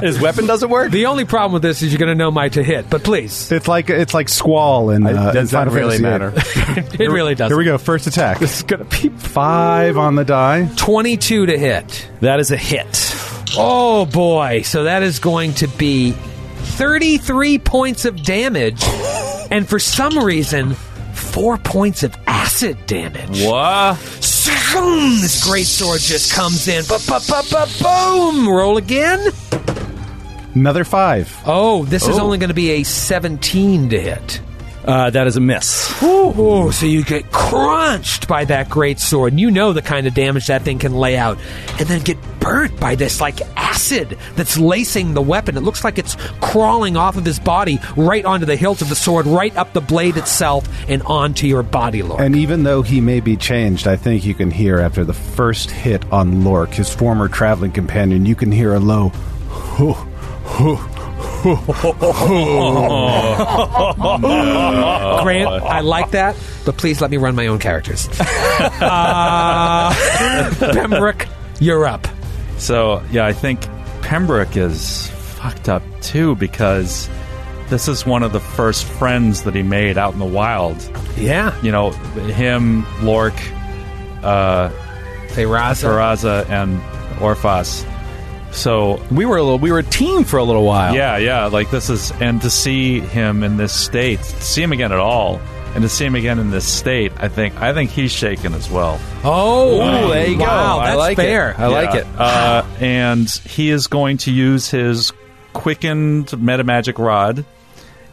Speaker 10: His weapon doesn't work.
Speaker 2: the only problem with this is you're going to know my to hit, but please,
Speaker 6: It's like it's like squall and uh, in
Speaker 7: Does that
Speaker 6: Final
Speaker 7: really
Speaker 6: Fantasy VIII.
Speaker 11: <laughs>
Speaker 7: matter?
Speaker 2: it really doesn't.
Speaker 6: Here we go.
Speaker 7: <laughs>
Speaker 6: First attack. This is gonna be five on the die.
Speaker 2: 22 to hit.
Speaker 8: That is a hit.
Speaker 2: Oh boy. So that is going to be 33 points of
Speaker 6: <laughs>
Speaker 2: damage, and for some reason, four points of acid damage.
Speaker 4: What?
Speaker 2: Zoom! This great sword just comes in. Ba ba ba ba boom! Roll again.
Speaker 6: Another five. Oh.
Speaker 2: Oh, this is only going to be a 17 to hit.
Speaker 8: Uh, that is a miss.
Speaker 2: Ooh, ooh, so you get crunched by that great sword, and you know the kind of damage that thing can lay out, and then get burnt by this like acid that's lacing the weapon. It looks like it's crawling off of his body right onto the hilt of the sword, right up the blade itself, and onto your body, Lord.
Speaker 11: And even though he may be changed, I think you can hear after the first hit on Lork, his former traveling companion, you can hear a low, "Hoo, hoo, hoo, hoo."
Speaker 2: Grant, I like that, but please let me run my own <laughs> characters. uh, Pembroke, you're up.
Speaker 4: So yeah, I think Pembroke is fucked up too because this is one of the first friends that he made out in the wild.
Speaker 2: Yeah.
Speaker 4: You know, him, Lork, uh,
Speaker 2: Feyraza.
Speaker 4: Peraza, and Orphas. So
Speaker 8: We were a little, we were a team for a little while.
Speaker 4: yeah, yeah, like this is, and to see him in this state, to see him again at all, and to see him again in this state, I think, I think he's shaken as well.
Speaker 2: Oh,
Speaker 8: Ooh, there you
Speaker 2: wow,
Speaker 8: go.
Speaker 2: That's
Speaker 8: I like
Speaker 2: fair.
Speaker 8: it. I like
Speaker 4: Yeah.
Speaker 8: it.
Speaker 4: Uh, and he is going to use his quickened metamagic rod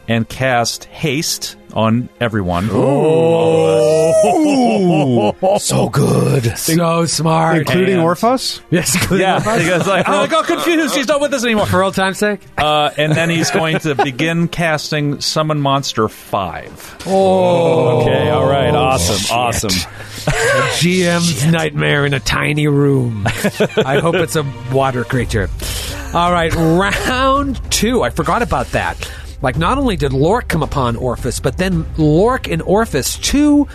Speaker 4: and cast haste on everyone.
Speaker 5: So good.
Speaker 2: So smart.
Speaker 8: <laughs>
Speaker 11: including
Speaker 4: And-
Speaker 11: Orphos.
Speaker 2: Yes,
Speaker 4: Yeah, he goes like, oh, I got confused. He's not with us anymore.
Speaker 2: For old time's sake.
Speaker 4: Uh, and then he's going to begin casting Summon Monster 5.
Speaker 8: Okay, all right, awesome, awesome.
Speaker 2: GM's nightmare in a tiny room. I hope it's a water creature. All right, round two. I forgot about that. Like, not only did Lork come upon Orphis, but then Lork and Orphis, two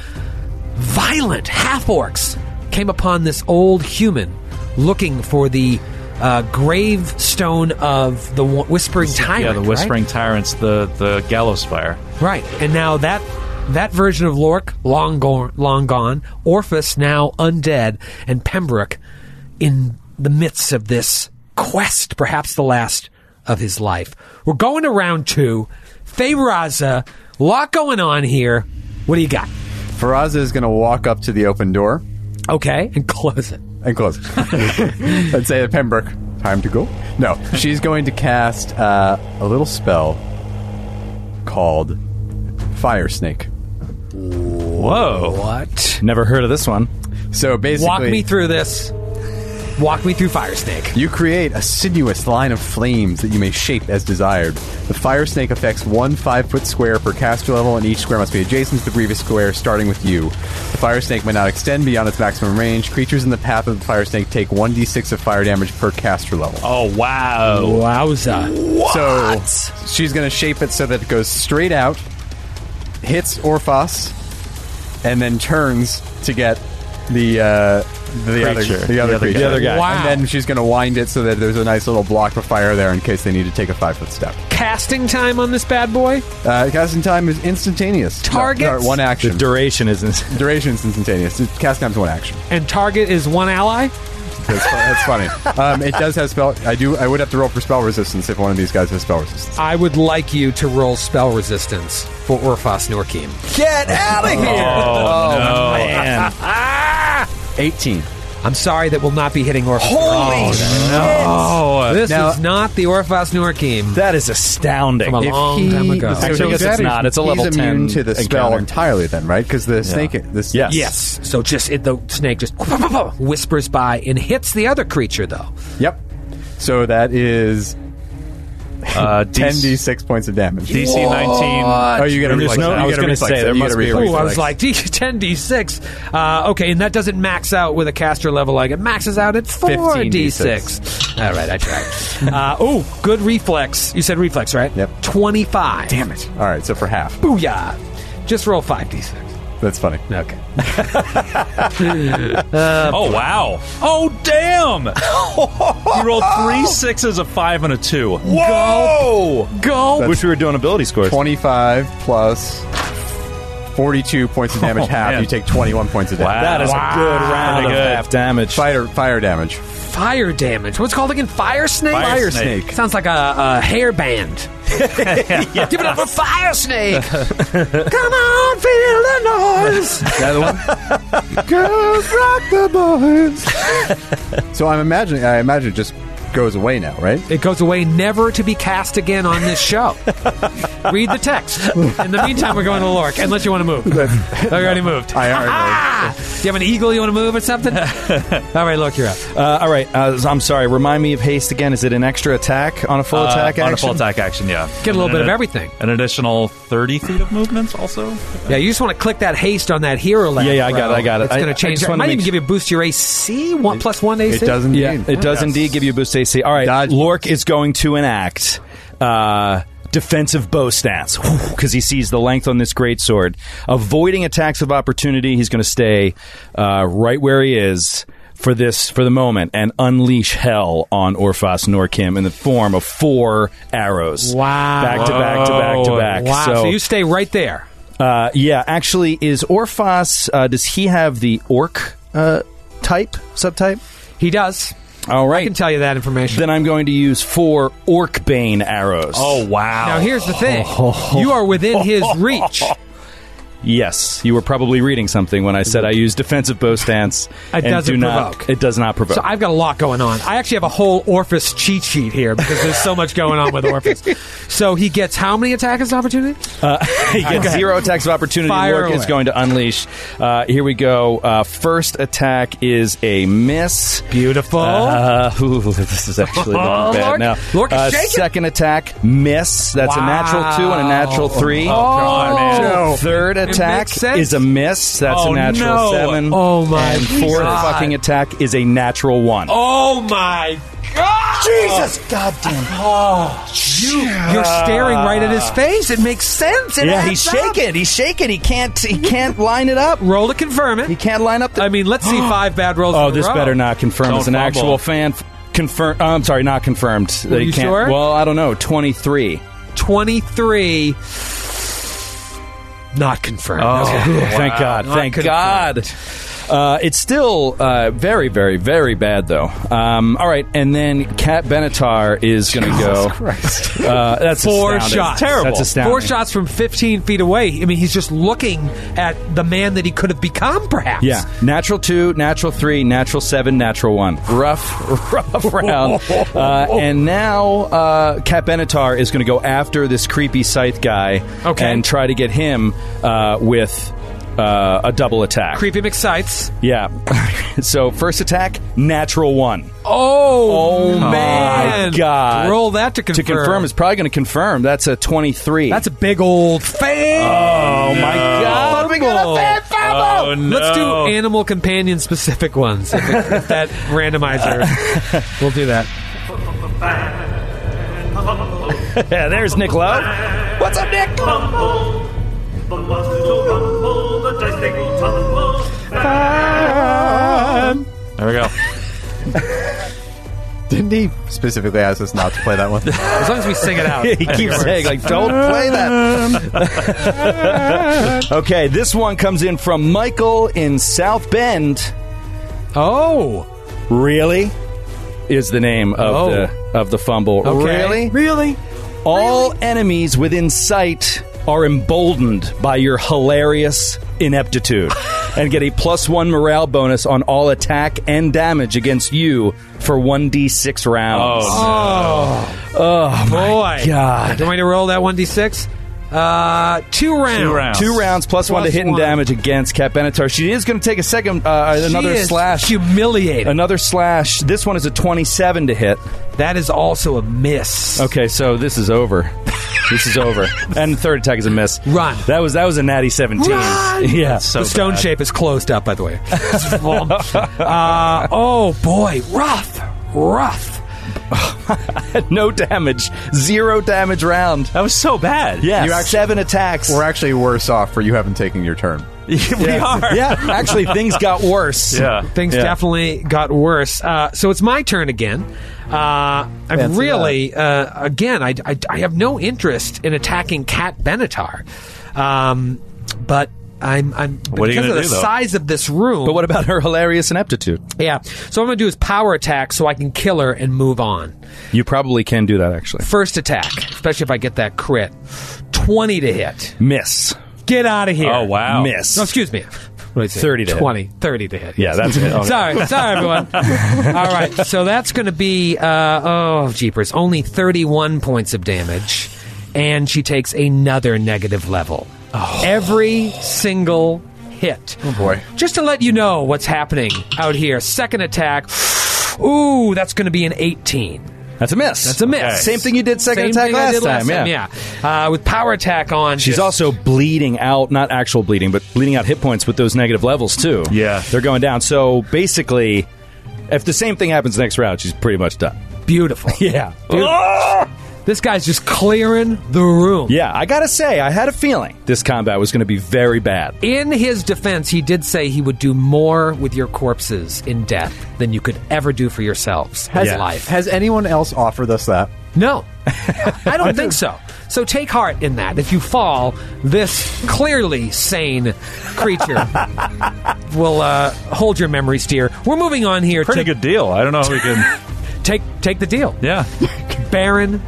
Speaker 2: violent half orcs, came upon this old human looking for the uh, gravestone of the Wa- Whispering Tyrant.
Speaker 4: yeah, the
Speaker 2: right?
Speaker 4: Whispering Tyrants, the, the Gallows Fire.
Speaker 2: Right, and now that that version of Lork long gone, long gone. Orphis now undead, and Pembroke in the midst of this quest, perhaps the last of his life. We're going to round two. Feyraza, lot going on here. What do you got?
Speaker 7: Faraz is going to walk up to the open door
Speaker 2: Okay, and close it.
Speaker 7: and
Speaker 11: <laughs>
Speaker 7: close <laughs> it. and say to Pembroke, time to go. No, she's going to cast uh, a little spell called Fire Snake.
Speaker 4: Whoa.
Speaker 2: What?
Speaker 8: Never heard of this one.
Speaker 7: So basically,
Speaker 2: Walk me through this. Walk me through Fire Snake.
Speaker 7: You create a sinuous line of flames that you may shape as desired. The fire snake affects one five foot square per caster level, and each square must be adjacent to the previous square, starting with you. The fire snake may not extend beyond its maximum range. Creatures in the path of the fire snake take 1d6 of fire damage per caster level.
Speaker 4: Oh, wow.
Speaker 2: Wowza.
Speaker 7: So she's going to shape it so that it goes straight out, hits Orphos, and then turns to get the uh, the other
Speaker 4: Creature.
Speaker 7: the other
Speaker 4: The other
Speaker 7: creature.
Speaker 4: guy. The other guy.
Speaker 2: Wow.
Speaker 7: And then she's going to wind it so that there's a nice little block of fire there in case they need to take a five foot step.
Speaker 2: Casting time on this bad boy?
Speaker 7: Uh, casting time is instantaneous. No,
Speaker 2: Targets?
Speaker 7: no, one
Speaker 8: The
Speaker 7: action.
Speaker 8: duration isn't.
Speaker 7: Duration is instantaneous. Cast time's one action.
Speaker 2: And target is one ally?
Speaker 7: That's, fu- that's
Speaker 4: <laughs>
Speaker 7: funny. Um, it does have spell. I do. I would have to roll for spell resistance if one of these guys has spell resistance.
Speaker 2: I would like you to roll spell resistance for Orphos Norkeem.
Speaker 7: Get out of here!
Speaker 4: Oh,
Speaker 2: Oh.
Speaker 8: Oh, Man,
Speaker 7: Eighteen.
Speaker 2: I'm sorry that will not be hitting Orphos. Holy
Speaker 4: Oh,
Speaker 2: This
Speaker 7: Now-
Speaker 2: is not the Orphos Norkeem.
Speaker 8: that is astounding.
Speaker 2: From a
Speaker 7: If
Speaker 2: long
Speaker 7: he-
Speaker 2: time ago.
Speaker 8: Actually, I guess
Speaker 7: that is-
Speaker 8: it's not. It's a level
Speaker 7: he's immune
Speaker 8: 10
Speaker 7: to the spell
Speaker 8: encounter.
Speaker 7: entirely, then, right? Because the snake, the snake-
Speaker 8: Yes.
Speaker 2: Yes. So just it, the snake just <laughs> whispers by and hits the other creature though.
Speaker 7: yep. So that is
Speaker 4: uh, D-
Speaker 7: ten d six points of damage.
Speaker 4: DC 19.
Speaker 7: oh, you get a
Speaker 4: There's
Speaker 7: reflex.
Speaker 4: no-
Speaker 7: save.
Speaker 4: I
Speaker 7: You
Speaker 4: was
Speaker 7: get a
Speaker 4: gonna
Speaker 7: reflex
Speaker 4: say,
Speaker 7: save.
Speaker 4: there
Speaker 7: You
Speaker 4: must
Speaker 7: get a
Speaker 4: be a
Speaker 7: reflex
Speaker 2: Ooh, I
Speaker 7: save.
Speaker 2: was like <laughs> D ten D six. Uh, okay, and that doesn't max out with a caster level. Like it maxes out at four
Speaker 7: 15
Speaker 2: D six. All right, I tried. uh, oh, good reflex. You said reflex, right?
Speaker 7: Yep.
Speaker 2: Twenty five.
Speaker 7: Damn it! All right, so for half.
Speaker 2: Booyah! Just roll five d six.
Speaker 7: That's funny.
Speaker 2: Okay.
Speaker 4: Oh, wow. Oh,
Speaker 8: <laughs>
Speaker 4: damn. you rolled three sixes, a five, and a two.
Speaker 8: Whoa!
Speaker 2: Go.
Speaker 8: Wish we were doing ability scores.
Speaker 7: Twenty-five plus forty-two points of damage.
Speaker 4: Oh,
Speaker 7: half.
Speaker 4: man.
Speaker 7: You take twenty-one points of damage.
Speaker 8: That is a Ah, good round of
Speaker 4: Pretty good.
Speaker 8: half damage.
Speaker 7: Fire, fire
Speaker 4: <laughs>
Speaker 7: damage.
Speaker 2: Fire damage. What's it called again? Fire snake.
Speaker 4: Fire
Speaker 7: Fire
Speaker 4: snake.
Speaker 7: snake.
Speaker 2: Sounds like a, a hair
Speaker 8: <laughs>
Speaker 2: band. <laughs> Give it up for fire snake. Come on, feel the noise.
Speaker 7: Another one. <laughs> Girls rock the boys. so I'm imagining. I imagine it just
Speaker 10: goes away now, right?
Speaker 2: It goes away, never to be cast again on this show. Read the text. In the meantime, we're going to Lork, unless you want to move. I already moved.
Speaker 10: I already
Speaker 2: Ha-ha! Do you have an eagle you want to move or something? All right, Lork, you're up.
Speaker 8: Uh, all right, uh, I'm sorry. Remind me of haste again. Is it an extra attack Uh, on a full attack?
Speaker 4: on a
Speaker 8: action?
Speaker 4: full attack action, yeah.
Speaker 2: Get a little
Speaker 4: And
Speaker 2: bit of
Speaker 4: an-
Speaker 2: everything.
Speaker 4: An additional 30 feet of movements also?
Speaker 2: Yeah, you just want to click that haste on that hero level.
Speaker 8: Yeah, yeah, I got it, I got it.
Speaker 2: It's
Speaker 8: I-
Speaker 2: going
Speaker 8: I
Speaker 2: to change.
Speaker 8: just
Speaker 2: It
Speaker 8: wanna
Speaker 2: might
Speaker 8: make
Speaker 2: even
Speaker 8: s-
Speaker 2: give you a boost to your AC, one, plus one
Speaker 7: It
Speaker 2: AC.
Speaker 7: does indeed.
Speaker 8: Yeah, it does indeed give you a boost to AC. All right,
Speaker 10: Dodge.
Speaker 8: Lork is going to enact uh, defensive bow stance <laughs> because he sees the length on this great sword. Avoiding attacks of opportunity, he's going to stay uh, right where he is for this for the moment and unleash hell on Orphos Norkim in the form of four arrows.
Speaker 2: Wow.
Speaker 8: Back to back to back to back.
Speaker 2: Wow, so, you stay right there.
Speaker 8: Uh, yeah, actually, is Orphos? Uh, does he have the orc uh, type subtype?
Speaker 2: He does.
Speaker 8: All right,
Speaker 2: I can tell you that information.
Speaker 8: then I'm going to use four Orcbane arrows.
Speaker 2: Oh.
Speaker 4: wow.
Speaker 2: now, here's the
Speaker 8: <laughs>
Speaker 2: thing. You are within his reach.
Speaker 8: yes, you were probably reading something when I said I use defensive bow stance.
Speaker 2: <laughs> It
Speaker 8: and
Speaker 2: doesn't
Speaker 8: do not,
Speaker 2: provoke.
Speaker 8: It does not provoke. <laughs>
Speaker 2: So I've got a lot going on. I actually have a whole Orpheus cheat sheet here because there's so much going on with
Speaker 8: <laughs>
Speaker 2: Orpheus. So he gets how many attackers opportunity?
Speaker 8: he gets zero attacks of opportunity.
Speaker 2: Fire
Speaker 8: Lork is
Speaker 2: away.
Speaker 8: going to unleash. Uh, here we go. Uh, first attack is a miss.
Speaker 2: Beautiful.
Speaker 8: Uh, <laughs> ooh, this
Speaker 2: <laughs>
Speaker 8: is actually looking
Speaker 2: Oh, Lork-
Speaker 8: bad now.
Speaker 2: Lork is
Speaker 8: Uh,
Speaker 2: shaking.
Speaker 8: second attack, miss. That's a natural two and a natural three.
Speaker 2: on, man.
Speaker 8: Joe. Third
Speaker 2: Oh, It
Speaker 8: attack
Speaker 2: makes sense.
Speaker 8: is a miss. That's
Speaker 4: Oh,
Speaker 8: a natural
Speaker 4: no.
Speaker 8: seven.
Speaker 2: Oh, my
Speaker 8: And fourth
Speaker 2: God.
Speaker 8: fucking attack is a natural one.
Speaker 2: oh my god! Jesus goddamn! Oh, you, you're staring right at his face. It makes sense. It
Speaker 8: yeah,
Speaker 2: adds
Speaker 8: he's
Speaker 2: up.
Speaker 8: shaking. He's shaking. He can't. He can't line it up.
Speaker 2: Roll to confirm it.
Speaker 8: He can't line up. The,
Speaker 2: I mean,
Speaker 8: <gasps>
Speaker 2: let's see five bad rolls.
Speaker 8: oh,
Speaker 2: in a
Speaker 8: this
Speaker 2: row.
Speaker 8: better not confirm.
Speaker 4: Don't
Speaker 8: As an
Speaker 4: fumble.
Speaker 8: actual fan, confirm. uh, I'm sorry, not confirmed. That he
Speaker 2: you
Speaker 8: can't.
Speaker 2: sure?
Speaker 8: Well, I don't know. Twenty three.
Speaker 2: Twenty-three. Not confirmed.
Speaker 8: thank God!
Speaker 2: Not
Speaker 8: Thank
Speaker 2: confirmed.
Speaker 8: God! Uh, it's still uh, very, very, very bad, though. Um, all right, and then Kat Benatar is going to go. Christ! Uh, that's
Speaker 2: Four
Speaker 8: astounding.
Speaker 2: shots.
Speaker 8: That's astounding.
Speaker 2: Four shots from 15 feet away. I mean, he's just looking at the man that he could have become, perhaps.
Speaker 8: Yeah, natural two, natural three, natural seven, natural one. Rough, <laughs> rough round. Uh, and now uh, Kat Benatar is going to go after this creepy scythe guy
Speaker 2: Okay.
Speaker 8: and try to get him uh, with uh, a double attack.
Speaker 2: Creepy McSites.
Speaker 8: Yeah. <laughs> so first attack, natural one.
Speaker 2: Oh, man.
Speaker 8: my God!
Speaker 2: Roll that to confirm.
Speaker 8: To confirm is probably going to confirm. That's a twenty-three.
Speaker 2: That's a big old fan.
Speaker 8: oh my god! We got a bad
Speaker 4: Oh, no.
Speaker 2: Let's do animal companion specific ones. If, it- if <laughs> that randomizer. we'll do that.
Speaker 8: Yeah, there's Nick Lowe. What's up, Nick?
Speaker 4: There we go.
Speaker 7: Didn't he specifically ask us not to play
Speaker 8: <laughs>
Speaker 7: that one?
Speaker 2: As long as we sing it out.
Speaker 8: he keeps saying, like, don't play that. <laughs> okay, this one comes in from Michael in South Bend.
Speaker 2: <laughs> Oh.
Speaker 8: Really? Is the name of
Speaker 2: Oh.
Speaker 8: the of the fumble.
Speaker 2: okay.
Speaker 8: Really?
Speaker 2: Really?
Speaker 8: All enemies within sight are emboldened by your hilarious
Speaker 2: <laughs>
Speaker 8: ineptitude and get a plus one morale bonus on all attack and damage against you for 1d6 rounds.
Speaker 4: Oh,
Speaker 2: Boy.
Speaker 8: God.
Speaker 2: Do you want me to roll that 1d6? Uh, two rounds.
Speaker 4: two rounds.
Speaker 8: Two rounds plus, plus one to
Speaker 2: Plus
Speaker 8: hit and
Speaker 2: one.
Speaker 8: damage against Kat Benatar. She is going to take a second, uh,
Speaker 2: She
Speaker 8: another
Speaker 2: is
Speaker 8: slash.
Speaker 2: Humiliated.
Speaker 8: Another slash. This one is a 27 to hit.
Speaker 2: That is also a miss.
Speaker 8: Okay, so this is
Speaker 2: <laughs>
Speaker 8: over. This is over. And the third attack is a miss.
Speaker 2: Run.
Speaker 8: That was that was a natty 17.
Speaker 2: Run!
Speaker 8: <laughs> Yeah.
Speaker 4: So
Speaker 2: the stone
Speaker 4: bad.
Speaker 2: shape is closed up, by the <laughs> way. uh, oh boy, rough, rough.
Speaker 8: no damage. Zero damage round.
Speaker 4: That was so bad.
Speaker 8: Yeah.
Speaker 7: You actually-
Speaker 8: seven attacks.
Speaker 7: We're actually worse off for you haven't taken your turn.
Speaker 4: we are.
Speaker 8: yeah, actually things
Speaker 2: <laughs>
Speaker 8: got worse.
Speaker 4: Yeah.
Speaker 2: Things
Speaker 8: Yeah.
Speaker 2: definitely got worse. Uh, so it's my turn again. Uh, I've really, uh, again, I, I, I have no interest in attacking Cat Benatar, um, but I'm, I'm
Speaker 4: What are you
Speaker 2: because
Speaker 4: gonna
Speaker 2: of
Speaker 4: do,
Speaker 2: the
Speaker 4: though?
Speaker 2: size of this room.
Speaker 8: But what about her hilarious ineptitude?
Speaker 2: yeah, so I'm going to do is power attack so I can kill her and move on.
Speaker 8: You probably can do that actually.
Speaker 2: First attack, especially if I get that crit, twenty to hit.
Speaker 8: Miss.
Speaker 2: Get out of here.
Speaker 4: Oh, wow.
Speaker 8: Miss.
Speaker 2: No, excuse me. What did I say?
Speaker 8: 30 to hit.
Speaker 2: 20. 30 to hit.
Speaker 8: Yeah,
Speaker 2: <laughs>
Speaker 8: that's it. Okay.
Speaker 2: Sorry, sorry, everyone. All right, so that's going to be uh, oh jeepers, only thirty-one points of damage, and she takes another negative level every single hit. Oh boy! Just to let you know what's happening out here. Second attack. Ooh, that's going to be an eighteen.
Speaker 8: That's a miss.
Speaker 2: That's a miss.
Speaker 7: Same thing you did second
Speaker 2: Same
Speaker 7: attack
Speaker 2: thing I
Speaker 7: last,
Speaker 2: did
Speaker 7: time, Yeah.
Speaker 2: yeah. Uh, with power attack on,
Speaker 8: She's
Speaker 2: just-
Speaker 8: also bleeding out, not actual bleeding, but bleeding out hit points with those negative levels, too.
Speaker 4: Yeah.
Speaker 8: They're going down. So basically, if the same thing happens next round, she's pretty much done.
Speaker 2: beautiful.
Speaker 8: Yeah.
Speaker 2: <laughs> This guy's just clearing the room.
Speaker 8: Yeah, I gotta say, I had a feeling this combat was gonna be very bad.
Speaker 2: In his defense, he did say he would do more with your corpses in death than you could ever do for yourselves
Speaker 7: Has,
Speaker 2: in life.
Speaker 7: has anyone else offered us that? <laughs>
Speaker 2: no, I don't think so. So take heart in that. If you fall, this clearly sane
Speaker 7: <laughs>
Speaker 2: creature will uh, hold your memories dear. We're moving on here
Speaker 8: <laughs>
Speaker 4: Pretty
Speaker 2: to
Speaker 4: good deal. I don't know if we can.
Speaker 2: take take the deal.
Speaker 4: Yeah.
Speaker 2: Baron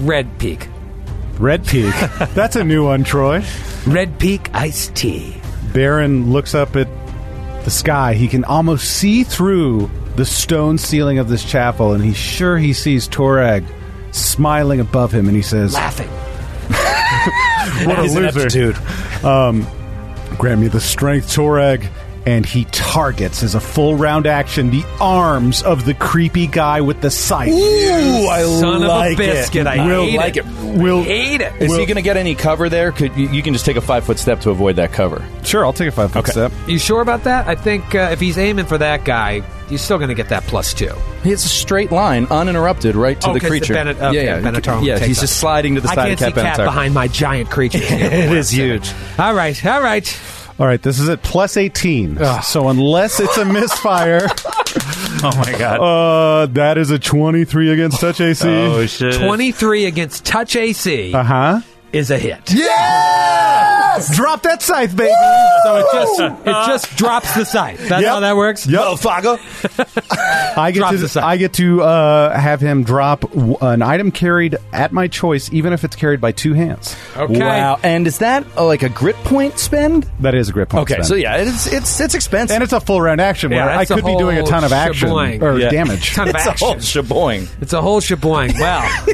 Speaker 2: Red Peak,
Speaker 6: Red Peak. <laughs> That's a new one, Troy.
Speaker 2: Red Peak iced tea.
Speaker 6: Baron looks up at the sky. He can almost see through the stone ceiling of this chapel, and he's sure he sees Torag smiling above him, and he says,
Speaker 2: Laughing.
Speaker 6: What a loser. Um, grant me the strength, Torag. And he targets as a full round action the arms of the creepy guy with the scythe.
Speaker 8: Ooh, I
Speaker 2: Son of a like it. biscuit, I Will hate like
Speaker 8: like
Speaker 2: it.
Speaker 8: it.
Speaker 6: Will
Speaker 2: Ate it.
Speaker 8: Is he gonna get any cover there? Could you, you can just take a five foot step to avoid that cover?
Speaker 6: sure? I'll take a five foot step.
Speaker 2: You sure about that? I think uh, if he's aiming for that guy, you're still going to get that plus two.
Speaker 8: It's a straight line, uninterrupted, right to
Speaker 2: Oh,
Speaker 8: the
Speaker 2: 'cause the
Speaker 8: creature.
Speaker 2: Bennett- okay,
Speaker 8: yeah, yeah,
Speaker 2: Benatar
Speaker 8: yeah.
Speaker 2: takes
Speaker 8: He's
Speaker 2: us.
Speaker 8: just sliding to the
Speaker 2: I
Speaker 8: side
Speaker 2: can't
Speaker 8: of
Speaker 2: see
Speaker 8: Cat
Speaker 2: cat
Speaker 8: Benatar.
Speaker 2: behind my giant <laughs> creature.
Speaker 8: it is huge.
Speaker 2: all right, all right.
Speaker 6: All right, this is at plus eighteen. So unless it's a <laughs> misfire,
Speaker 4: Oh my god.
Speaker 6: uh, that is a twenty-three against touch
Speaker 2: <laughs>
Speaker 6: AC.
Speaker 4: Oh shit.
Speaker 2: 23 against touch AC
Speaker 6: Uh huh.
Speaker 2: is a hit.
Speaker 6: Drop that scythe, baby.
Speaker 2: So it just it <laughs> just drops the side. That's
Speaker 6: Yep.
Speaker 2: how that works.
Speaker 6: Yep. I get
Speaker 2: Drop the
Speaker 6: to
Speaker 2: scythe.
Speaker 6: I get to uh, have him drop w- an item carried at my choice, even if it's carried by two hands.
Speaker 2: Okay.
Speaker 8: Wow. And is that uh, like a grit point spend?
Speaker 6: That is a grip point. spend.
Speaker 8: So yeah, it's it's it's expensive.
Speaker 6: and it's a full round action
Speaker 2: Yeah,
Speaker 6: where I
Speaker 2: that's a
Speaker 6: could be doing a
Speaker 2: whole
Speaker 6: ton of action
Speaker 2: shebang.
Speaker 6: or
Speaker 8: Yeah.
Speaker 6: damage.
Speaker 2: Ton of
Speaker 8: it's a
Speaker 2: action.
Speaker 8: whole sheboing.
Speaker 2: it's a whole shebang. <laughs> Well,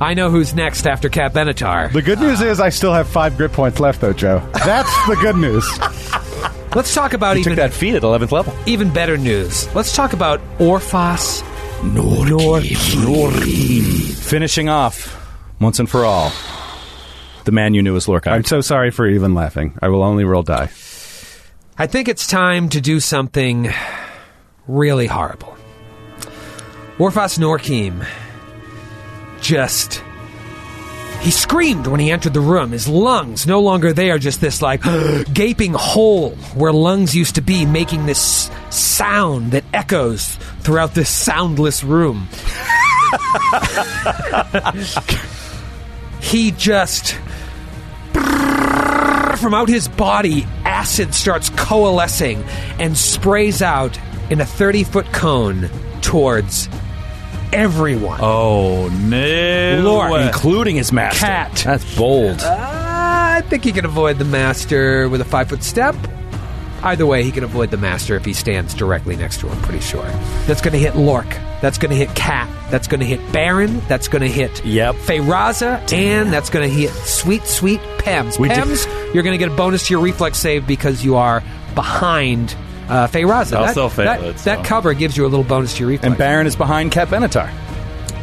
Speaker 2: I know who's next after Cat Benatar.
Speaker 6: <laughs> The good news is I still have five grip points left, though, Joe. That's the
Speaker 2: <laughs>
Speaker 6: good news.
Speaker 2: Let's talk about
Speaker 8: Took
Speaker 2: even
Speaker 8: that feat at eleventh level.
Speaker 2: even better news. Let's talk about Orphos
Speaker 8: Finishing off once and for all, the man you knew as Lorca.
Speaker 6: I'm so sorry for even laughing. I will only roll die.
Speaker 2: I think it's time to do something really horrible. Orphos Norkim just. He screamed when he entered the room. His lungs no longer there, just this like <gasps> gaping hole where lungs used to be, making this sound that echoes throughout this soundless room. <laughs> he just from out his body, acid starts coalescing and sprays out in a 30 foot cone towards everyone.
Speaker 4: Oh no.
Speaker 2: Lord.
Speaker 8: including his master.
Speaker 2: Cat.
Speaker 8: That's bold.
Speaker 2: I think he can avoid the master with a five foot step. Either way, he can avoid the master if he stands directly next to him, pretty sure. That's going to hit Lork. That's going to hit Cat. That's going to hit Baron. That's going to hit
Speaker 8: Yep.
Speaker 2: Feyraza. And that's going to hit sweet, sweet Pems.
Speaker 8: We did-
Speaker 2: Pems, you're going to get a bonus to your reflex save because you are behind uh, Feyraza.
Speaker 4: I'll
Speaker 2: that,
Speaker 4: still fail
Speaker 2: that,
Speaker 4: it, so.
Speaker 2: that cover gives you a little bonus to your reflex.
Speaker 8: and Baron is behind Cat Benatar.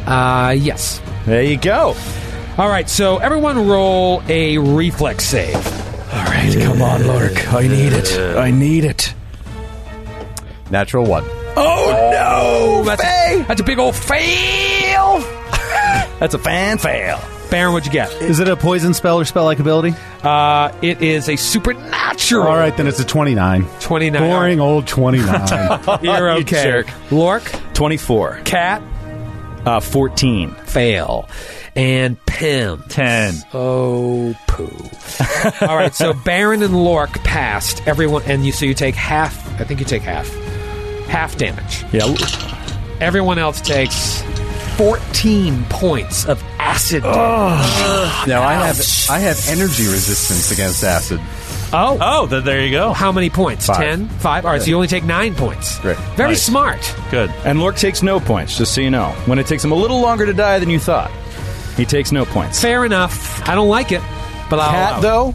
Speaker 2: Uh, yes.
Speaker 8: There you go.
Speaker 2: All right, so everyone roll a reflex save.
Speaker 5: All right, come on, Lurk. I need it. I need it.
Speaker 7: Natural one.
Speaker 2: Oh, that's, a, that's a big old fail.
Speaker 8: That's a fan fail.
Speaker 2: Baron, what'd you get?
Speaker 6: Is it a poison spell or spell like ability?
Speaker 2: Uh, it is a supernatural.
Speaker 6: All right, then it's a 29.
Speaker 2: 29.
Speaker 6: Boring old <laughs> 29.
Speaker 2: You're
Speaker 8: You
Speaker 2: okay.
Speaker 8: jerk.
Speaker 2: Lork,
Speaker 8: Twenty-four.
Speaker 2: cat,
Speaker 8: Uh, Fourteen.
Speaker 2: fail. And Pim.
Speaker 4: Ten.
Speaker 2: Oh, poo. <laughs> All right, so Baron and Lork passed. Everyone, and you, so you take half, I think you take half, half damage.
Speaker 8: Yeah.
Speaker 2: Everyone else takes 14 points of acid damage.
Speaker 7: Now I have I have energy resistance against acid.
Speaker 2: Oh.
Speaker 4: Oh, th- there you go.
Speaker 2: How many points?
Speaker 8: Five.
Speaker 2: Ten? Five? All right, so you only take nine points.
Speaker 8: Great.
Speaker 2: Very
Speaker 8: Nice.
Speaker 2: smart.
Speaker 4: Good.
Speaker 8: And Lork takes no points, just so you know. When it takes him a little longer to die than you thought, he takes no points.
Speaker 2: Fair enough. I don't like it, but I'll.
Speaker 8: Cat, though, Oh,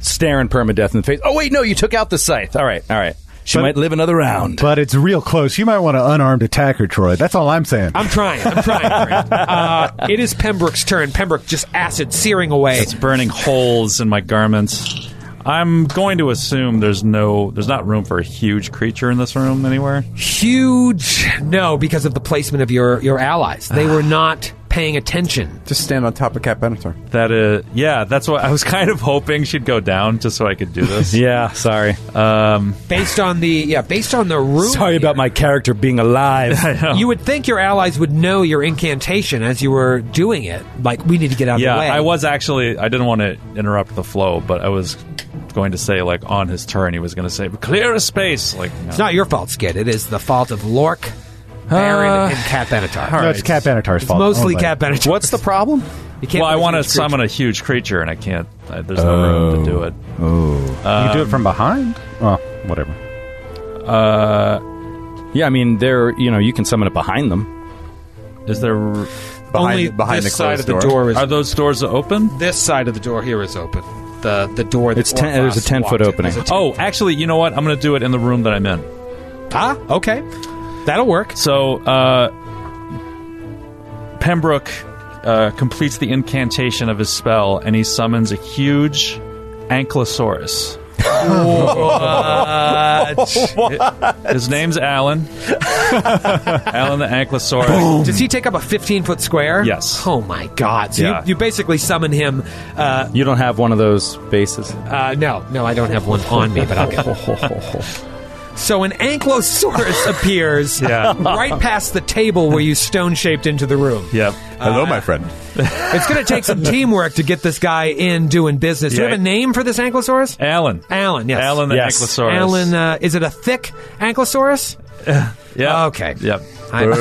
Speaker 8: staring permadeath in the face. Oh, wait, no, you took out the scythe. All right, all right. She might live another round.
Speaker 11: But it's real close. You might want an unarmed attacker, Troy. That's all I'm saying.
Speaker 2: I'm trying. I'm trying.
Speaker 8: <laughs>
Speaker 2: Brent. uh, it is Pembroke's turn. Pembroke just acid searing away.
Speaker 4: It's burning holes in my garments. I'm going to assume there's no, there's not room for a huge creature in this room anywhere.
Speaker 2: Huge no because of the placement of your, your allies. They
Speaker 8: Ah.
Speaker 2: were not paying attention.
Speaker 7: Just stand on top of Cat Benatar.
Speaker 4: That is, yeah, that's what I was <laughs> kind of hoping she'd go down just so I could do <laughs> this.
Speaker 8: yeah, sorry.
Speaker 2: Based on the yeah, based on the room.
Speaker 8: sorry about my character being alive.
Speaker 2: <laughs> You would think your allies would know your incantation as you were doing it. Like we need to get out
Speaker 4: yeah,
Speaker 2: of the way.
Speaker 4: I was actually, I didn't want to interrupt the flow, but I was going to say, like, on his turn, he was going to say, clear a space. Like, no.
Speaker 2: It's not your fault, Skid. It is the fault of Lork,
Speaker 8: Ah.
Speaker 2: Baron, and Cat Benatar.
Speaker 11: no, it's Cat Benatar's
Speaker 2: It's
Speaker 11: fault.
Speaker 2: mostly
Speaker 6: Oh,
Speaker 11: only.
Speaker 2: Cat Benatar.
Speaker 8: What's the problem?
Speaker 2: You can't
Speaker 4: well, I
Speaker 2: lose
Speaker 4: want to
Speaker 2: these creatures.
Speaker 4: summon a huge creature, Oh. and I can't. I, there's no room to do it.
Speaker 11: you
Speaker 6: Um,
Speaker 11: do it from behind? Oh, whatever.
Speaker 8: Yeah, I mean, they're, you know, you can summon it behind them.
Speaker 4: Is there?
Speaker 7: Behind,
Speaker 2: Only
Speaker 7: behind
Speaker 2: this
Speaker 7: the
Speaker 2: side
Speaker 7: closed
Speaker 2: of the door is
Speaker 4: Are those doors open?
Speaker 2: this side of the door here is open. The the door. that
Speaker 8: It's ten-
Speaker 2: Orphos
Speaker 8: there's a 10 foot
Speaker 2: walked in.
Speaker 8: opening.
Speaker 2: There's a
Speaker 4: Oh, actually, you know what? I'm going to do it in the room that I'm in.
Speaker 2: Ah, okay. That'll work.
Speaker 4: So, uh, Pembroke uh, completes the incantation of his spell, and he summons a huge ankylosaurus. <laughs> His name's Alan. <laughs> Alan the ankylosaurus.
Speaker 2: Does he take up a 15 foot square?
Speaker 4: Yes.
Speaker 2: Oh my god. So
Speaker 4: Yeah.
Speaker 2: you, you basically summon him. Uh,
Speaker 8: You don't have one of those bases.
Speaker 2: uh, no, no, I don't have one on me, but I'll get one.
Speaker 4: <laughs>
Speaker 2: So an ankylosaurus appears
Speaker 4: Yeah.
Speaker 2: right past the table where you stone shaped into the room.
Speaker 4: Yep.
Speaker 7: Hello,
Speaker 8: Uh,
Speaker 7: my friend.
Speaker 2: It's going to take some teamwork to get this guy in doing business. Do you
Speaker 4: Yeah.
Speaker 2: have a name for this ankylosaurus?
Speaker 4: Alan.
Speaker 2: Alan, yes.
Speaker 4: Alan the
Speaker 8: Yes.
Speaker 4: ankylosaurus.
Speaker 2: Alan, uh, is it a thick ankylosaurus?
Speaker 4: Yeah.
Speaker 2: Okay.
Speaker 4: Yep.
Speaker 2: I'm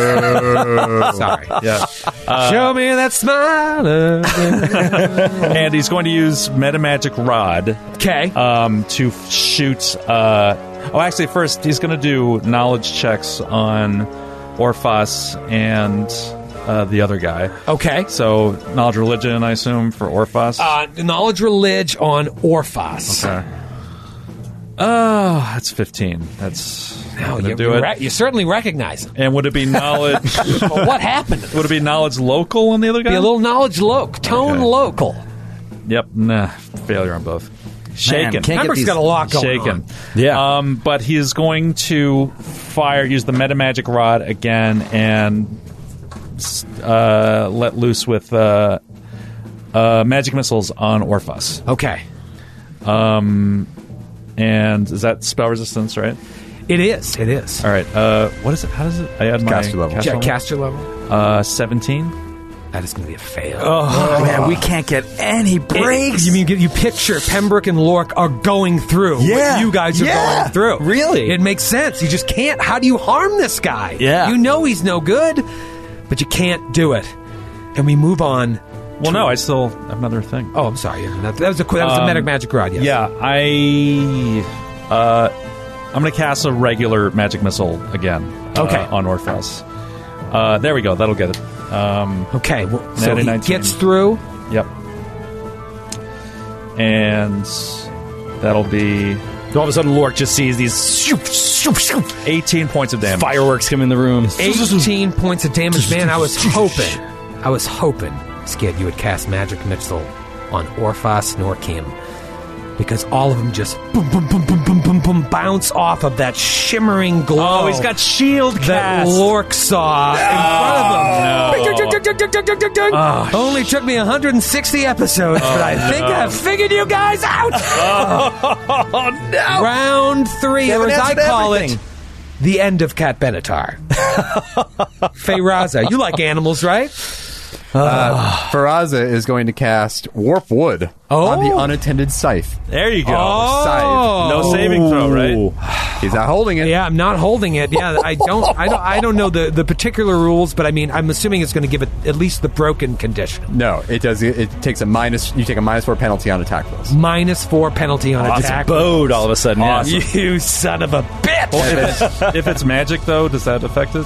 Speaker 2: <laughs> sorry.
Speaker 4: <laughs> Yeah.
Speaker 2: Show me that smile.
Speaker 4: and he's going to use metamagic rod
Speaker 2: Okay.
Speaker 4: um, to f- shoot. Uh, oh, actually, first he's going to do knowledge checks on Orphos and uh, the other guy.
Speaker 2: okay.
Speaker 4: So knowledge religion, I assume, for Orphos.
Speaker 2: Uh, knowledge religion on Orphos.
Speaker 4: Okay. Oh, that's fifteen. That's
Speaker 2: Oh,
Speaker 4: not going
Speaker 2: you,
Speaker 4: to do
Speaker 2: you
Speaker 4: it.
Speaker 2: re- you certainly recognize him.
Speaker 4: And would it
Speaker 2: <laughs>
Speaker 4: be knowledge?
Speaker 2: But what happened?
Speaker 4: would it be knowledge local on the other guy?
Speaker 2: Be a little knowledge loke, tone
Speaker 4: Okay.
Speaker 2: local.
Speaker 4: Yep. Nah. Failure on both. Shaken.
Speaker 8: can't-
Speaker 2: Pembroke's
Speaker 8: these
Speaker 2: got a lot going
Speaker 4: shaken.
Speaker 2: on.
Speaker 8: Yeah.
Speaker 4: Um, but he is going to fire, use the metamagic rod again, and s- uh, let loose with uh, uh, magic missiles on Orphos.
Speaker 2: Okay.
Speaker 4: And is that spell resistance, right?
Speaker 2: It is. It is.
Speaker 4: All right. Uh, what is it? How does it? I add my
Speaker 7: Caster level.
Speaker 2: Yeah, caster level.
Speaker 4: Uh, Seventeen.
Speaker 2: That is going to be a fail.
Speaker 10: man, we can't get any
Speaker 2: Oh. It-
Speaker 10: breaks.
Speaker 2: you mean you picture Pembroke and Lork are going through
Speaker 10: Yeah.
Speaker 2: what you guys are
Speaker 10: Yeah.
Speaker 2: going through.
Speaker 10: Really?
Speaker 2: It makes sense. You just can't. How do you harm this guy?
Speaker 10: Yeah.
Speaker 2: You know he's no good, but you can't do it. And we move on.
Speaker 4: Well, no, I still have another thing.
Speaker 2: Oh, I'm sorry. Yeah, That that was a that was a medic magic rod. Yes.
Speaker 4: Um, Yeah, I. Uh, I'm going to cast a regular magic missile again. uh,
Speaker 2: Okay.
Speaker 4: On Orphos. Uh, there we go. That'll get it. Um,
Speaker 2: Okay. Well, so he
Speaker 4: 19.
Speaker 2: gets through.
Speaker 4: Yep. And that'll be
Speaker 8: All of a sudden, Lork just sees these shoop, shoop, shoop,
Speaker 4: 18 points of damage.
Speaker 8: fireworks come in the room.
Speaker 2: 18 points of damage. Man, I was hoping. I was hoping, Skid, you would cast Magic Missile on Orphos Norkim. Because all of them just boom, boom, boom, boom, boom, boom, boom, bounce off of that shimmering glow.
Speaker 4: Oh, he's got shield
Speaker 2: that
Speaker 4: cast.
Speaker 2: Lork saw in front of him. Only took me 160 episodes, but I think I've figured you guys out. Oh. <laughs> no. Round three, or as I call it, the end of Cat <laughs> Benatar. Feyraza, you like animals, right?
Speaker 7: Faraza is going to cast Warp Wood on the
Speaker 2: Oh.
Speaker 7: unattended scythe.
Speaker 4: There you go.
Speaker 8: Oh.
Speaker 7: Scythe.
Speaker 4: No saving throw, right?
Speaker 7: He's not holding it.
Speaker 2: Yeah, I'm not holding it. Yeah, I don't. I don't. I don't know the the particular rules, but I mean, I'm assuming it's going to give it at least the broken condition.
Speaker 10: No, it does. It takes a minus. You take a minus four penalty on attack rolls.
Speaker 2: Minus four penalty on attack.
Speaker 8: Bowed all of a sudden. yeah. <laughs>
Speaker 2: You son of a bitch!
Speaker 4: if, it's, if it's magic, though, does that affect it?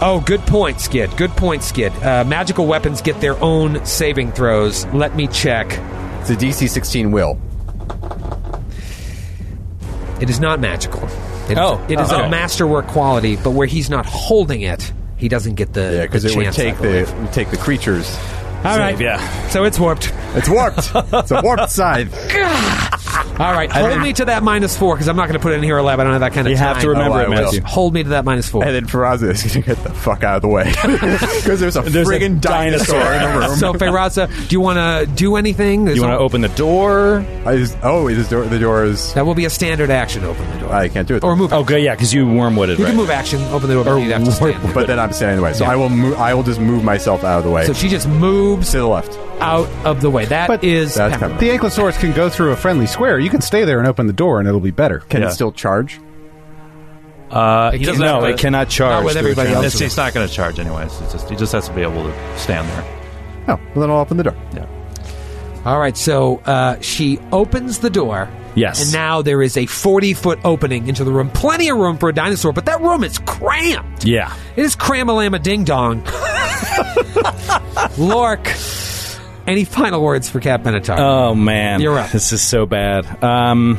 Speaker 2: Oh, good point, Skid. Good point, Skid. Uh, magical weapons get their own saving throws. Let me check.
Speaker 10: It's a DC 16 will.
Speaker 2: It is not magical. It is-
Speaker 8: Oh.
Speaker 2: it is
Speaker 8: Oh.
Speaker 2: a masterwork quality, but where he's not holding it, he doesn't get the
Speaker 10: Yeah, because
Speaker 2: the
Speaker 10: it would
Speaker 2: chance, I
Speaker 10: take the
Speaker 2: believe.
Speaker 10: it would take the creatures.
Speaker 2: All right, yeah. So it's warped.
Speaker 10: It's warped. it's a warped scythe.
Speaker 2: All right, hold me to that minus four because I'm not going to put it in here eleven. I don't have that kind of.
Speaker 8: You
Speaker 2: time.
Speaker 8: have to remember
Speaker 10: Oh, I
Speaker 8: it,
Speaker 10: will.
Speaker 8: Matthew.
Speaker 2: Hold me to that minus four.
Speaker 10: And then <laughs> Peraza is going to get the fuck out of the way <laughs> because there's a
Speaker 8: There's a
Speaker 10: friggin' dinosaur, in the room.
Speaker 2: So, Feyraza, do you want to do anything?
Speaker 8: You want to open the door?
Speaker 10: I just, oh, is this door, the door is.
Speaker 2: That will be a standard action. Open the door
Speaker 10: I can't do it.
Speaker 2: or move.
Speaker 8: Oh, good. Yeah, because you wormwooded,
Speaker 2: You <laughs>
Speaker 8: right?
Speaker 2: can move action. Open the door. But you'd have to stand.
Speaker 10: but then I'm standing in the way, so I will move. I will just move myself out of the way
Speaker 2: So she just moves
Speaker 10: to the left.
Speaker 2: out of the way. That
Speaker 6: But-
Speaker 2: is
Speaker 10: That's
Speaker 2: Pepper.
Speaker 10: Pepper.
Speaker 6: The ankylosaurus can go through a friendly square. You can stay there and open the door, and it'll be better.
Speaker 10: Can
Speaker 4: Yeah.
Speaker 10: it still charge?
Speaker 4: Uh,
Speaker 2: It
Speaker 4: he doesn't
Speaker 2: can't-
Speaker 4: have
Speaker 8: No,
Speaker 4: to-
Speaker 8: it cannot charge.
Speaker 2: with
Speaker 8: to
Speaker 2: everybody
Speaker 8: attack.
Speaker 2: else.
Speaker 4: It's, he's not going to charge anyways. It's just, he just has to be able to stand there.
Speaker 10: No. Well, then I'll open the door.
Speaker 2: All right. So uh, she opens the door.
Speaker 8: Yes.
Speaker 2: And now there is a 40 foot opening into the room. Plenty of room for a dinosaur, but that room is cramped.
Speaker 8: Yeah.
Speaker 2: It is cramalama ding dong. <laughs> Lork, any final words for Cat Benatar?
Speaker 8: Oh man,
Speaker 2: You're up.
Speaker 8: This is so bad. Um,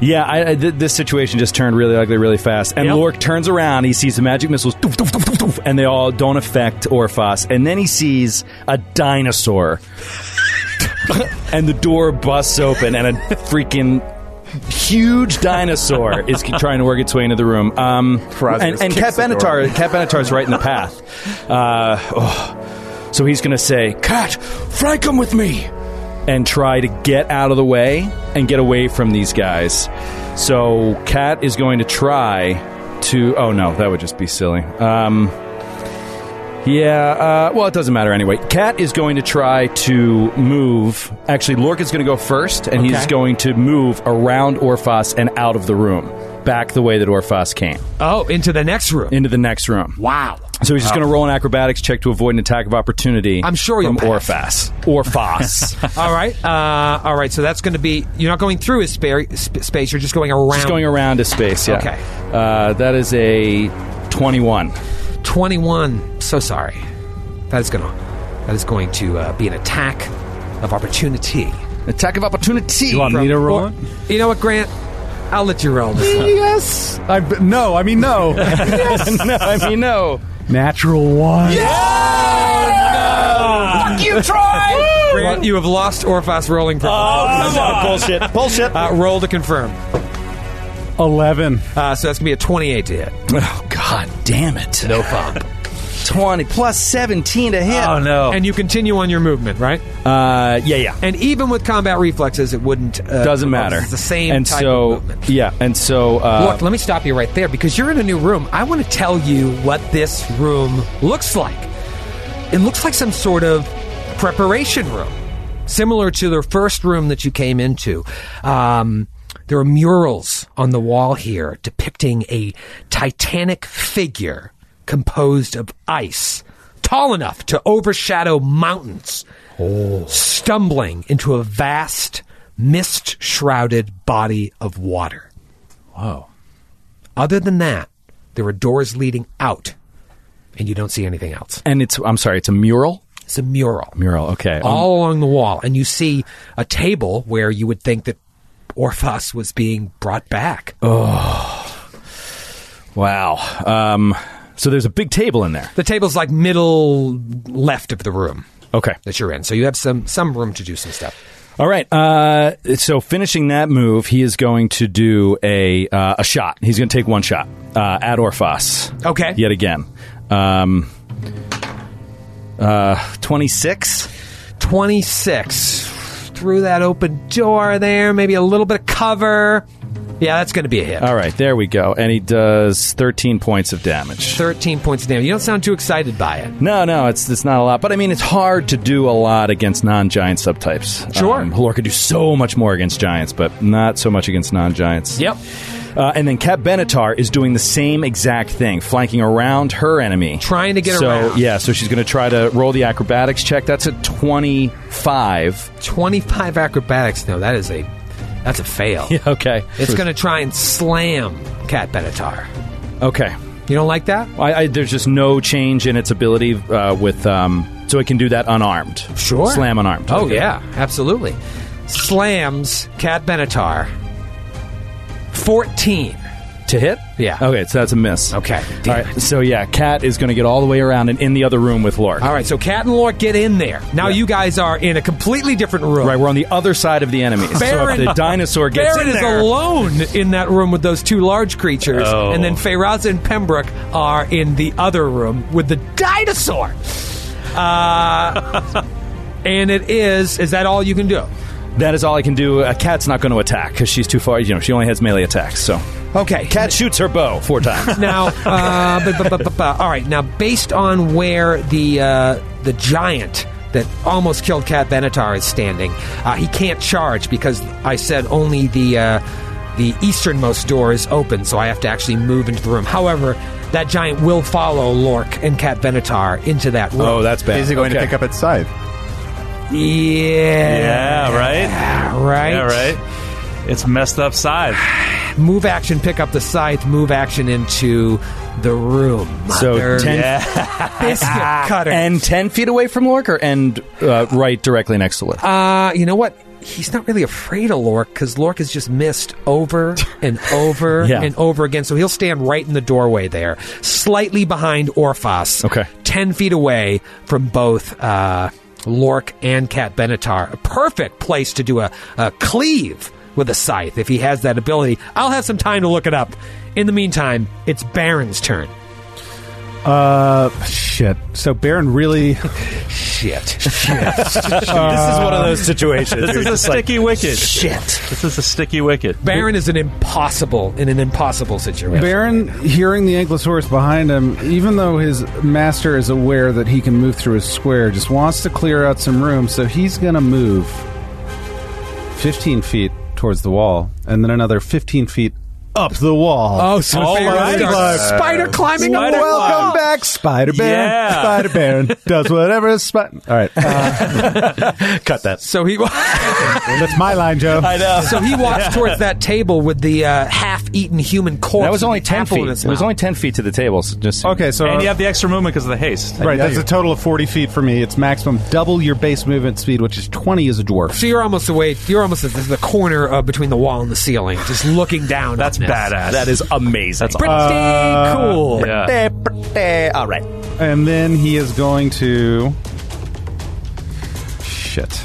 Speaker 8: yeah, I, I, th- this situation just turned really ugly really fast. And
Speaker 2: Yep.
Speaker 8: Lork turns around, he sees the magic missiles, doof, doof, doof, doof, doof, and they all don't affect Orphos. And then he sees a dinosaur, and the door busts open, and a freaking huge dinosaur
Speaker 10: <laughs>
Speaker 8: is trying to work its way into the room. Um,
Speaker 10: Feroz's
Speaker 8: and and Cat
Speaker 10: kicks the door.
Speaker 8: Benatar, Cat Benatar's right in the path. Uh, oh. So he's going to say, "Cat, fly come with me." and try to get out of the way and get away from these guys. So Cat is going to try to. Oh no, that would just be silly. Um, yeah, uh, well, it doesn't matter anyway. Cat is going to try to move. Actually, Lork is going to go first, and he's
Speaker 2: Okay.
Speaker 8: going to move around Orphos and out of the room, back the way that Orphos came,
Speaker 2: oh, into the next room.
Speaker 8: into the next room.
Speaker 2: wow.
Speaker 8: So he's just going to roll an acrobatics check to avoid an attack of opportunity.
Speaker 2: I'm sure you'll
Speaker 8: from Orphas.
Speaker 2: <laughs>
Speaker 8: Orphos.
Speaker 2: All right. Uh, all right. So that's going to be. You're not going through his spa- sp- space. You're just going around.
Speaker 8: Just going around his space, yeah.
Speaker 2: Okay.
Speaker 8: Uh, that is a 21.
Speaker 2: 21. So sorry. That is going to. That is going to uh, be an attack of opportunity.
Speaker 8: Attack of opportunity.
Speaker 6: You want me to roll?
Speaker 2: Or- you know what, Grant? I'll let you roll this. one.
Speaker 6: Yes. I b- no. I mean no.
Speaker 8: <laughs> no, I mean, no.
Speaker 6: Natural one.
Speaker 2: Grant, you have lost Orphas rolling
Speaker 8: Oh.
Speaker 2: problem.
Speaker 8: Bullshit. Bullshit.
Speaker 2: uh, roll to confirm.
Speaker 6: Eleven.
Speaker 2: Uh, so that's going to be a 28 to hit.
Speaker 8: Oh, God damn it. No <laughs> pop. 20 plus 17 to hit.
Speaker 4: Oh, no.
Speaker 2: And you continue on your movement, right?
Speaker 8: Uh, yeah, yeah.
Speaker 2: And even with combat reflexes, it wouldn't. Uh,
Speaker 8: Doesn't matter.
Speaker 2: It's the same
Speaker 8: And
Speaker 2: type
Speaker 8: so,
Speaker 2: of movement.
Speaker 8: yeah, and so. Uh,
Speaker 2: Look, let me stop you right there because you're in a new room. I want to tell you what this room looks like. It looks like some sort of preparation room, similar to the first room that you came into. Um, there are murals on the wall here depicting a titanic figure composed of ice, tall enough to overshadow mountains, stumbling into a vast, mist shrouded body of water. Other than that, there are doors leading out, and you don't see anything else.
Speaker 8: and it's, I'm sorry, it's a mural?
Speaker 2: It's a mural
Speaker 8: Mural, okay. Um,
Speaker 2: all along the wall, and you see a table where you would think that Orphos was being brought back.
Speaker 8: Oh. wow. Um, so there's a big table in there.
Speaker 2: The table's like middle left of the room
Speaker 8: Okay.
Speaker 2: that you're in, so you have some some room to do some stuff.
Speaker 8: All right. Uh, so finishing that move, he is going to do a uh, a shot. He's going to take one shot uh, at Orphos.
Speaker 2: Okay.
Speaker 8: Yet again. Um, uh, twenty six.
Speaker 2: Twenty six through that open door there, maybe a little bit of cover. Yeah, that's going to be a hit.
Speaker 8: All right, there we go. And he does thirteen points of damage.
Speaker 2: Thirteen points of damage. You don't sound too excited by it.
Speaker 8: No, no, it's it's not a lot, but I mean it's hard to do a lot against non-giant subtypes.
Speaker 2: Sure.
Speaker 8: um, Halor could do so much more against giants, but not so much against non-giants.
Speaker 2: Yep.
Speaker 8: Uh, and then Cat Benatar is doing the same exact thing, flanking around her enemy.
Speaker 2: Trying to get
Speaker 8: so,
Speaker 2: around.
Speaker 8: Yeah, so she's going to try to roll the acrobatics check. That's a 25.
Speaker 2: 25 acrobatics. No, that is a that's a
Speaker 8: <laughs>
Speaker 2: fail.
Speaker 8: Okay.
Speaker 2: It's going to try and slam Cat Benatar.
Speaker 8: Okay.
Speaker 2: You don't like that?
Speaker 8: I, I, there's just no change in its ability uh, with um, so it can do that unarmed.
Speaker 2: Sure.
Speaker 8: Slam unarmed.
Speaker 2: Oh yeah, absolutely. Slams Cat Benatar. 14.
Speaker 8: To hit?
Speaker 2: Yeah.
Speaker 8: Okay, so that's a miss.
Speaker 2: Okay.
Speaker 8: All
Speaker 2: Damn
Speaker 8: right. So yeah, Cat is going to get all the way around and in the other room with Lork.
Speaker 2: All right, so Cat and Lork get in there. Now you guys are in a completely different room.
Speaker 8: Right, we're on the other side of the enemy. so if
Speaker 2: Baron-
Speaker 8: the dinosaur gets
Speaker 2: Baron
Speaker 8: in
Speaker 2: is
Speaker 8: there,
Speaker 2: alone in that room with those two large creatures, and then Feyraza and Pembroke are in the other room with the dinosaur. Uh, <laughs> and it is. Is that all you can do?
Speaker 8: that is all I can do. A cat's not going to attack because she's too far. You know, she only has melee attacks. So
Speaker 2: Okay.
Speaker 8: cat shoots her bow four times.
Speaker 2: now, uh, bu- bu- bu- bu- bu- all right. Now, based on where the uh, the giant that almost killed Cat Benatar is standing, uh, he can't charge because I said only the uh, the easternmost door is open, so I have to actually move into the room. However, that giant will follow Lork and Cat Benatar into that room.
Speaker 8: <laughs> oh, that's bad.
Speaker 7: Is he going to
Speaker 8: Okay.
Speaker 7: pick up its scythe?
Speaker 2: yeah,
Speaker 4: Yeah, right?
Speaker 2: right,
Speaker 4: Yeah, right? It's messed up <laughs> size.
Speaker 2: Move action, pick up the scythe. Move action into the room.
Speaker 8: So
Speaker 2: Mother
Speaker 8: ten
Speaker 2: biscuit cutter.
Speaker 8: and ten feet away from Lork, or and uh, right directly next to Lork.
Speaker 2: Uh, you know what? He's not really afraid of Lork because Lork has just missed over and over
Speaker 8: Yeah.
Speaker 2: and over again. So he'll stand right in the doorway there, slightly behind Orphos.
Speaker 8: Okay.
Speaker 2: 10 feet away from both uh, Lork and Cat Benatar. A perfect place to do a, a cleave with a scythe if he has that ability. I'll have some time to look it up. In the meantime, it's Baron's turn.
Speaker 6: Uh, shit. So
Speaker 11: <laughs>
Speaker 6: Baron really.
Speaker 2: Shit.
Speaker 8: this is one of those situations.
Speaker 4: This is a sticky wicket. Shit. This is a sticky wicket.
Speaker 2: Baron is an impossible in an impossible situation.
Speaker 6: Baron, hearing the ankylosaurus behind him, even though his master is aware that he can move through his square, just wants to clear out some room, so he's going to move 15 feet towards the wall, and then another 15 feet up the
Speaker 10: Uh,
Speaker 6: wall.
Speaker 2: Oh, so
Speaker 4: All
Speaker 2: Baron
Speaker 4: right.
Speaker 2: starts
Speaker 4: Uh,
Speaker 2: spider climbing up the
Speaker 4: Spider
Speaker 2: wall.
Speaker 4: climb.
Speaker 6: Welcome back, Spider Baron.
Speaker 4: Yeah.
Speaker 6: Spider Baron does <laughs> whatever. is Spi- All right, uh,
Speaker 8: Ah, Cut that.
Speaker 2: So he
Speaker 6: that's my line, Joe.
Speaker 8: I know.
Speaker 2: <laughs> so he walks towards that table with the uh, half-eaten human corpse.
Speaker 8: That was only
Speaker 2: with
Speaker 8: ten
Speaker 2: apple
Speaker 8: feet.
Speaker 2: in
Speaker 8: It
Speaker 2: its
Speaker 8: was
Speaker 2: mouth.
Speaker 8: only ten feet to the table. So just
Speaker 6: Okay, so
Speaker 4: And you have the extra movement because of the haste.
Speaker 6: right, that's a total of forty feet for me. It's maximum double your base movement speed, which is twenty as a dwarf.
Speaker 2: So you're almost away. You're almost at the corner uh, between the wall and the ceiling, just looking down.
Speaker 4: That's
Speaker 2: on this.
Speaker 4: badass.
Speaker 8: that is amazing. Uh,
Speaker 2: Pretty cool.
Speaker 4: Yeah.
Speaker 8: <laughs> all right.
Speaker 6: And then he is going to. Shit.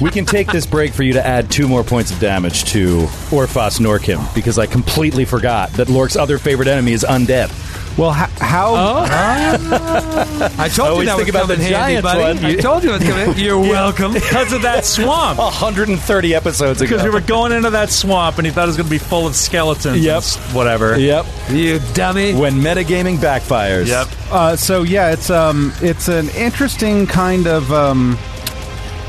Speaker 8: We can take this break for you to add two more points of damage to Orphos Norkim because I completely forgot that Lork's other favorite enemy is undead.
Speaker 6: Well, ho- how?
Speaker 2: I told you
Speaker 8: always
Speaker 2: that
Speaker 8: think
Speaker 2: was
Speaker 8: about
Speaker 2: coming
Speaker 8: the
Speaker 2: handy,
Speaker 8: giant
Speaker 2: buddy.
Speaker 8: one.
Speaker 2: I told you it was coming.
Speaker 8: <laughs>
Speaker 2: You're welcome.
Speaker 4: Because of that <laughs> swamp.
Speaker 8: 130 episodes ago.
Speaker 4: Because we were going into that swamp and he thought it was going to be full of skeletons. and
Speaker 8: Yep.
Speaker 4: s- Whatever.
Speaker 8: Yep.
Speaker 2: You dummy.
Speaker 8: When metagaming backfires.
Speaker 4: Yep.
Speaker 6: Uh, so yeah, it's um, it's an interesting kind of um,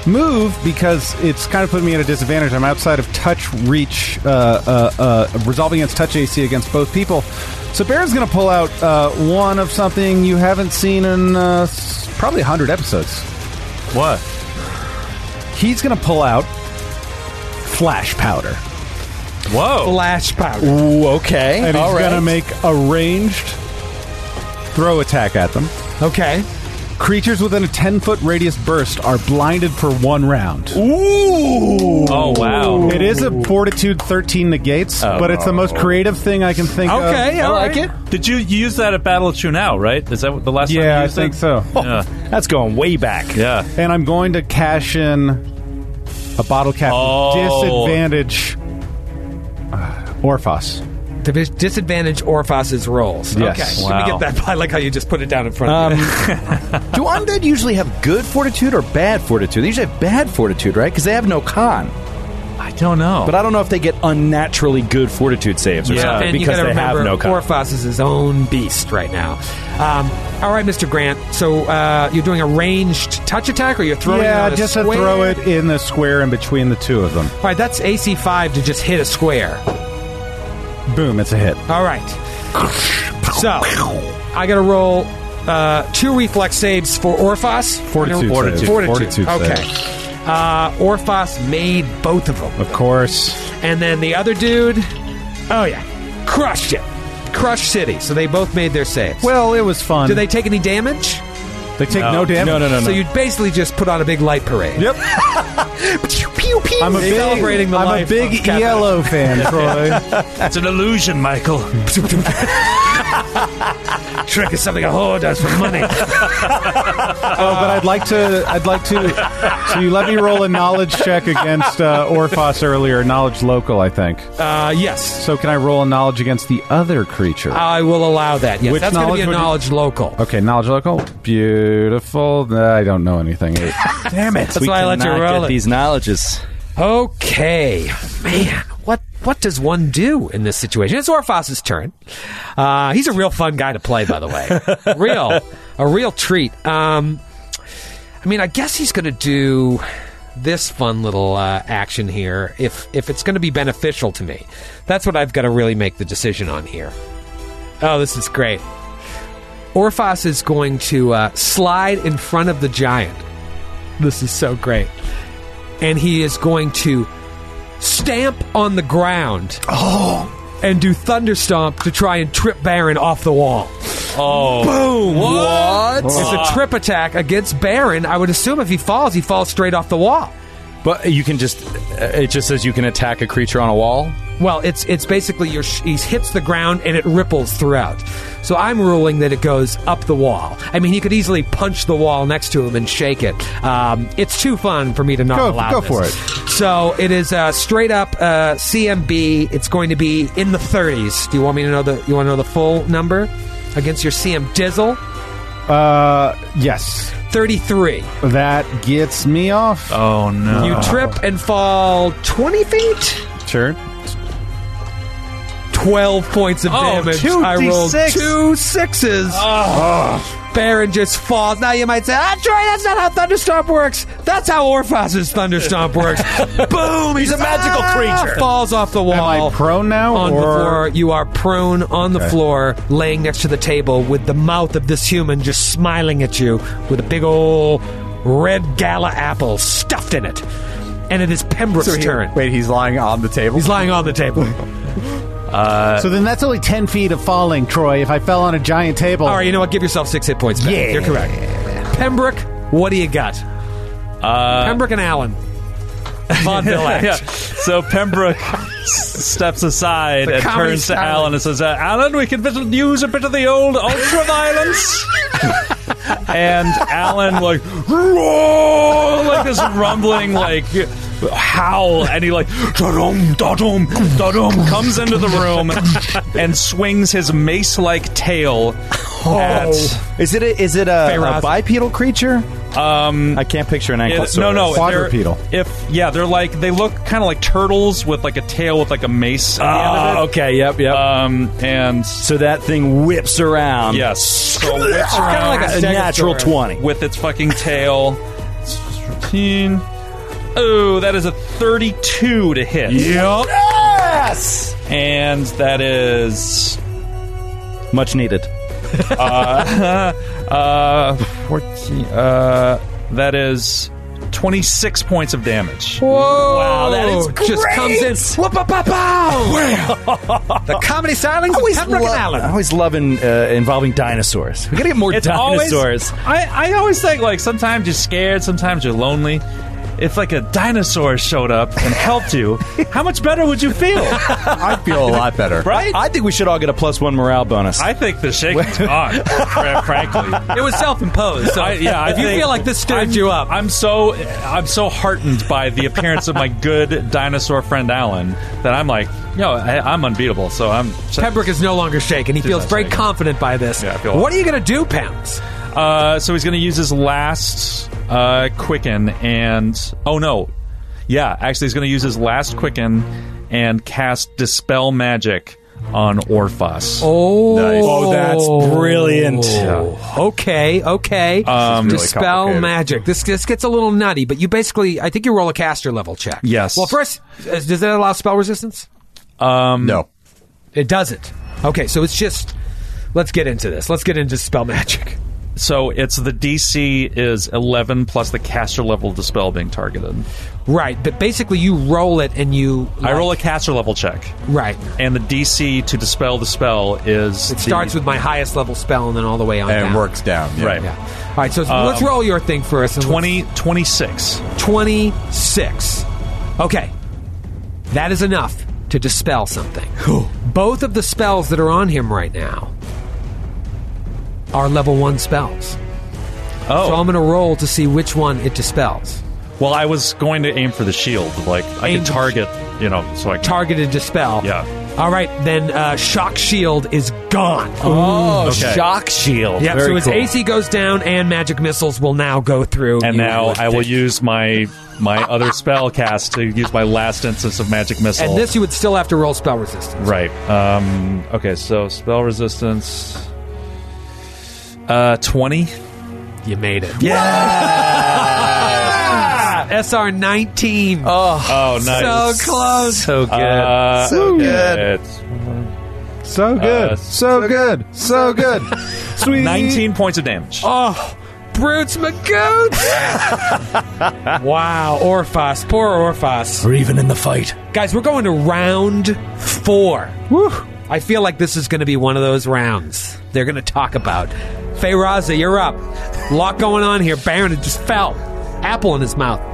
Speaker 6: move because it's kind of putting me at a disadvantage. I'm outside of touch reach, uh, uh, uh, resolving against touch AC against both people. So Baron's going to pull out uh, one of something you haven't seen in uh, s- probably hundred episodes.
Speaker 4: What?
Speaker 6: He's going to pull out flash powder.
Speaker 4: Whoa.
Speaker 2: Flash powder.
Speaker 8: Ooh, okay.
Speaker 6: and he's
Speaker 8: all right.
Speaker 6: going to make a ranged throw attack at them.
Speaker 2: Okay.
Speaker 6: Creatures within a 10 foot radius burst are blinded for one round.
Speaker 4: Oh, wow.
Speaker 6: It is a fortitude 13 negates, but it's the most creative thing I can think of.
Speaker 2: Okay. all right.
Speaker 4: Did you you use that at Battle of Chunao, right? Is that what- the last time
Speaker 6: Yeah,
Speaker 4: you Oh.
Speaker 6: I
Speaker 4: used
Speaker 6: think
Speaker 4: it?
Speaker 6: so.
Speaker 4: Yeah.
Speaker 8: That's going way back.
Speaker 4: yeah.
Speaker 6: And I'm going to cash in a bottle cap
Speaker 4: Oh.
Speaker 6: disadvantage. Uh, Orphos.
Speaker 2: To dis- disadvantage Orphos's rolls.
Speaker 6: Yes.
Speaker 2: Okay. Can
Speaker 4: Wow.
Speaker 2: we get that? <laughs> I like how you just put it down in front of
Speaker 8: Um,
Speaker 2: me.
Speaker 10: Do undead usually have good fortitude or bad fortitude? They usually have bad fortitude, right? Because they have no con.
Speaker 4: I don't know.
Speaker 8: But I don't know if they get unnaturally good fortitude saves or
Speaker 4: Yeah.
Speaker 8: something
Speaker 2: and you
Speaker 8: because
Speaker 2: gotta
Speaker 8: they
Speaker 2: remember,
Speaker 8: have no con.
Speaker 2: Orphos is his own beast right now. Um, all right, Mr. Grant. So uh, you're doing a ranged touch attack, or you're throwing? it
Speaker 6: yeah,
Speaker 2: on
Speaker 6: just
Speaker 2: a
Speaker 6: to
Speaker 2: square?
Speaker 6: throw it in the square in between the two of them.
Speaker 2: All right, that's AC five to just hit a square.
Speaker 6: Boom, it's a hit.
Speaker 2: All right. So I got to roll uh, two reflex saves for Orphos.
Speaker 6: Fortitude
Speaker 2: Fortitude.
Speaker 6: save.
Speaker 2: Fortitude.
Speaker 6: Fortitude
Speaker 2: okay. Uh, Orphos made both of them.
Speaker 6: Of course.
Speaker 2: And then the other dude, oh yeah, crushed it. Crushed City. So they both made their saves.
Speaker 6: Well, it was fun.
Speaker 2: do they take any damage?
Speaker 6: They take no, damage.
Speaker 8: No, no, no, no.
Speaker 2: So you basically just put on a big light parade. <laughs>
Speaker 6: Yep. I'm a big,
Speaker 2: Celebrating the
Speaker 6: I'm
Speaker 2: life
Speaker 6: a big E
Speaker 2: of Captain-
Speaker 6: ELO fan,
Speaker 2: <laughs>
Speaker 6: Troy.
Speaker 4: That's an illusion, Michael.
Speaker 8: <laughs>
Speaker 2: Trick is something a whore does for money.
Speaker 6: Oh, but I'd like to. I'd like to. So you let me roll a knowledge check against uh, Orphos earlier. Knowledge local, I think.
Speaker 2: <laughs> uh, yes.
Speaker 6: So can I roll a knowledge against the other creature?
Speaker 2: I will allow that. Yes,
Speaker 6: Which
Speaker 2: that's going to
Speaker 6: knowledge
Speaker 2: be a
Speaker 6: would you-
Speaker 2: knowledge local.
Speaker 6: okay, knowledge local. Beautiful. Nah, I don't
Speaker 2: <laughs>
Speaker 6: know anything. Damn it.
Speaker 2: That's why I let you
Speaker 8: Cannot
Speaker 2: roll
Speaker 8: get
Speaker 2: it.
Speaker 8: these knowledges.
Speaker 2: Okay, man, what what does one do in this situation? It's Orphos's turn. Uh, he's a real fun guy to play, by the way. real, a real treat. Um, I mean, I guess he's going to do this fun little uh, action here if if it's going to be beneficial to me. That's what I've got to really make the decision on here. Oh, this is great. Orphos is going to uh, slide in front of the giant. This is so great. And he is going to stamp on the ground. Oh. And do thunder stomp to try and trip Baron off the wall. Oh. Boom. What? It's a trip attack against Baron. I would assume if he falls, he falls straight off the wall.
Speaker 8: But you can just, it just says you can attack a creature on a wall.
Speaker 2: Well, it's it's basically your sh- he hits the ground and it ripples throughout. So I'm ruling that it goes up the wall. I mean, he could easily punch the wall next to him and shake it. Um, it's too fun for me to not
Speaker 6: Go-
Speaker 2: allow.
Speaker 6: go
Speaker 2: this.
Speaker 6: for it.
Speaker 2: So it is uh, straight up uh, CMB. It's going to be in the 30s. Do you want me to know the you want to know the full number against your CM Dizzle?
Speaker 6: Uh, yes.
Speaker 2: 33.
Speaker 6: That gets me off.
Speaker 4: Oh no!
Speaker 2: You trip and fall 20 feet.
Speaker 6: Sure.
Speaker 2: 12 points of damage. I rolled two sixes. Baron just falls. Now you might say, ah, Troy, that's not how Thunderstomp works. That's how Orphos's Thunderstomp <laughs> works. Boom! He's, a magical creature. Ah, Falls off the
Speaker 6: Am
Speaker 2: wall.
Speaker 6: I prone now,
Speaker 2: on the
Speaker 6: or-
Speaker 2: floor. You are prone on the floor, laying next to the table with the mouth of this human just smiling at you with a big old red gala apple stuffed in it. And it is Pembroke's turn.
Speaker 7: Wait, he's lying on the table.
Speaker 2: He's lying on the table. Uh,
Speaker 11: so then that's only 10 feet of falling, Troy, if I fell on a giant table.
Speaker 2: All right, you know what? Give yourself six hit points. Back.
Speaker 11: Yeah.
Speaker 2: You're correct. Pembroke, what do you got? Uh, Pembroke and Allen. <laughs> Vaudeville act.
Speaker 4: yeah. So Pembroke s- steps aside
Speaker 2: The
Speaker 4: and
Speaker 2: comedy
Speaker 4: turns to
Speaker 2: style.
Speaker 4: Alan and says, uh, "Alan, we could bit- use a bit of the old ultra violence." and Alan like roar like this rumbling like howl, and he like da-dum, da-dum, da-dum, comes into the room and swings his mace-like tail at.
Speaker 10: Is it a, is it a,
Speaker 2: Feyraz.
Speaker 10: a bipedal creature? Um, I can't picture an
Speaker 4: Yeah,
Speaker 10: ankle.
Speaker 4: no, no,
Speaker 6: Quadrupedal.
Speaker 4: they're- If yeah, they're like they look kind of like turtles with like a tail with like a mace. At the end of it.
Speaker 8: Uh, okay, yep, yep.
Speaker 4: Um, and
Speaker 8: so that thing whips around.
Speaker 4: yes, so it whips
Speaker 2: Kinda
Speaker 4: around
Speaker 2: like
Speaker 10: A natural twenty.
Speaker 4: with its fucking tail. It's 15. Oh, that is a 32 to hit. Yep.
Speaker 10: Yes,
Speaker 4: And that is
Speaker 8: Much needed.
Speaker 4: uh 14 uh that is 26 points of damage.
Speaker 2: Whoa! Oh, Just comes in. Whoop-a-pa-pow! the comedy silence of Pembroke and Allen.
Speaker 8: <laughs> always loving uh, involving dinosaurs. We gotta get more
Speaker 4: It's
Speaker 8: dinosaurs.
Speaker 4: always. I, I always think like sometimes you're scared, sometimes you're lonely. If like a dinosaur showed up and helped <laughs> you, how much better would you <laughs> feel?
Speaker 7: I feel a lot <laughs> better.
Speaker 4: Right?
Speaker 8: I think we should all get a plus one morale bonus.
Speaker 4: I think the <laughs> shaking's on, fr- frankly.
Speaker 2: It was self-imposed. So
Speaker 4: I, yeah, I
Speaker 2: if you
Speaker 4: think-
Speaker 2: feel like this stirred
Speaker 4: I'm-
Speaker 2: you up,
Speaker 4: I'm so I'm so heartened by the appearance of my good dinosaur friend Alan that I'm like, yo, I, I'm unbeatable. So I'm.
Speaker 2: Pembroke is no longer shaken. He feels
Speaker 4: not
Speaker 2: very
Speaker 4: shaken.
Speaker 2: confident by this.
Speaker 4: Yeah, I feel-
Speaker 2: what are you going to do, Pounds?
Speaker 4: Uh, so he's going to use his last uh, quicken and oh no, yeah, actually he's going to use his last quicken and cast dispel magic on Orphos.
Speaker 2: Oh,
Speaker 10: Oh, that's brilliant.
Speaker 2: Okay, okay.
Speaker 4: Um,
Speaker 2: Dispel
Speaker 7: complicated.
Speaker 2: magic. This this gets a little nutty, but you basically, I think you roll a caster level check.
Speaker 4: Yes.
Speaker 2: Well, first, uh, does that allow spell resistance?
Speaker 7: No.
Speaker 2: It doesn't. Okay, so it's just. Let's get into this. Let's get into spell magic.
Speaker 4: So it's the DC is 11 plus the caster level of the spell being targeted.
Speaker 2: Right, but basically you roll it and you.
Speaker 4: I roll a caster level check,
Speaker 2: Right.
Speaker 4: and the DC to dispel the spell is
Speaker 2: It starts with my highest level spell and then all the way on.
Speaker 7: and
Speaker 2: down.
Speaker 7: works down. yeah.
Speaker 4: right
Speaker 2: Yeah. All right, so let's roll your thing first. and let's-
Speaker 4: Um, twenty twenty six. 20, 26.
Speaker 2: 26. Okay. That is enough to dispel something. Both of the spells that are on him right now are level one spells. So
Speaker 4: Oh,
Speaker 2: I'm going to roll to see which one it dispels.
Speaker 4: well, I was going to aim for the shield. Like I
Speaker 2: Aim
Speaker 4: can
Speaker 2: the-
Speaker 4: target, you know, so I can
Speaker 2: Targeted dispel.
Speaker 4: Yeah.
Speaker 2: All right, then uh, shock shield is gone.
Speaker 10: Oh,
Speaker 4: Okay.
Speaker 10: shock shield.
Speaker 2: Yep,
Speaker 10: Very
Speaker 2: so his
Speaker 10: cool.
Speaker 2: AC goes down and magic missiles will now go through.
Speaker 4: and
Speaker 2: you
Speaker 4: now
Speaker 2: would
Speaker 4: I will
Speaker 2: think.
Speaker 4: use my <laughs> my other spell cast to use my last instance of magic missile.
Speaker 2: And this you would still have to roll spell resistance.
Speaker 4: right? Um, okay, so spell resistance. Uh, twenty.
Speaker 2: You made it. Yeah. SR 19.
Speaker 4: Oh, nice.
Speaker 2: So close.
Speaker 4: So good. Uh, so good.
Speaker 11: So good.
Speaker 4: Uh,
Speaker 11: so good. So
Speaker 2: <laughs>
Speaker 11: good. Sweet.
Speaker 4: 19 points of damage.
Speaker 2: Oh, Brutes Magoots! wow, Orphos. Poor Orphos.
Speaker 5: We're even in the fight.
Speaker 2: Guys, we're going to round four. Woo! I feel like this is going to be one of those rounds they're going to talk about. Feyraza, you're up. lot going on here. Baron it just fell. Apple in his mouth.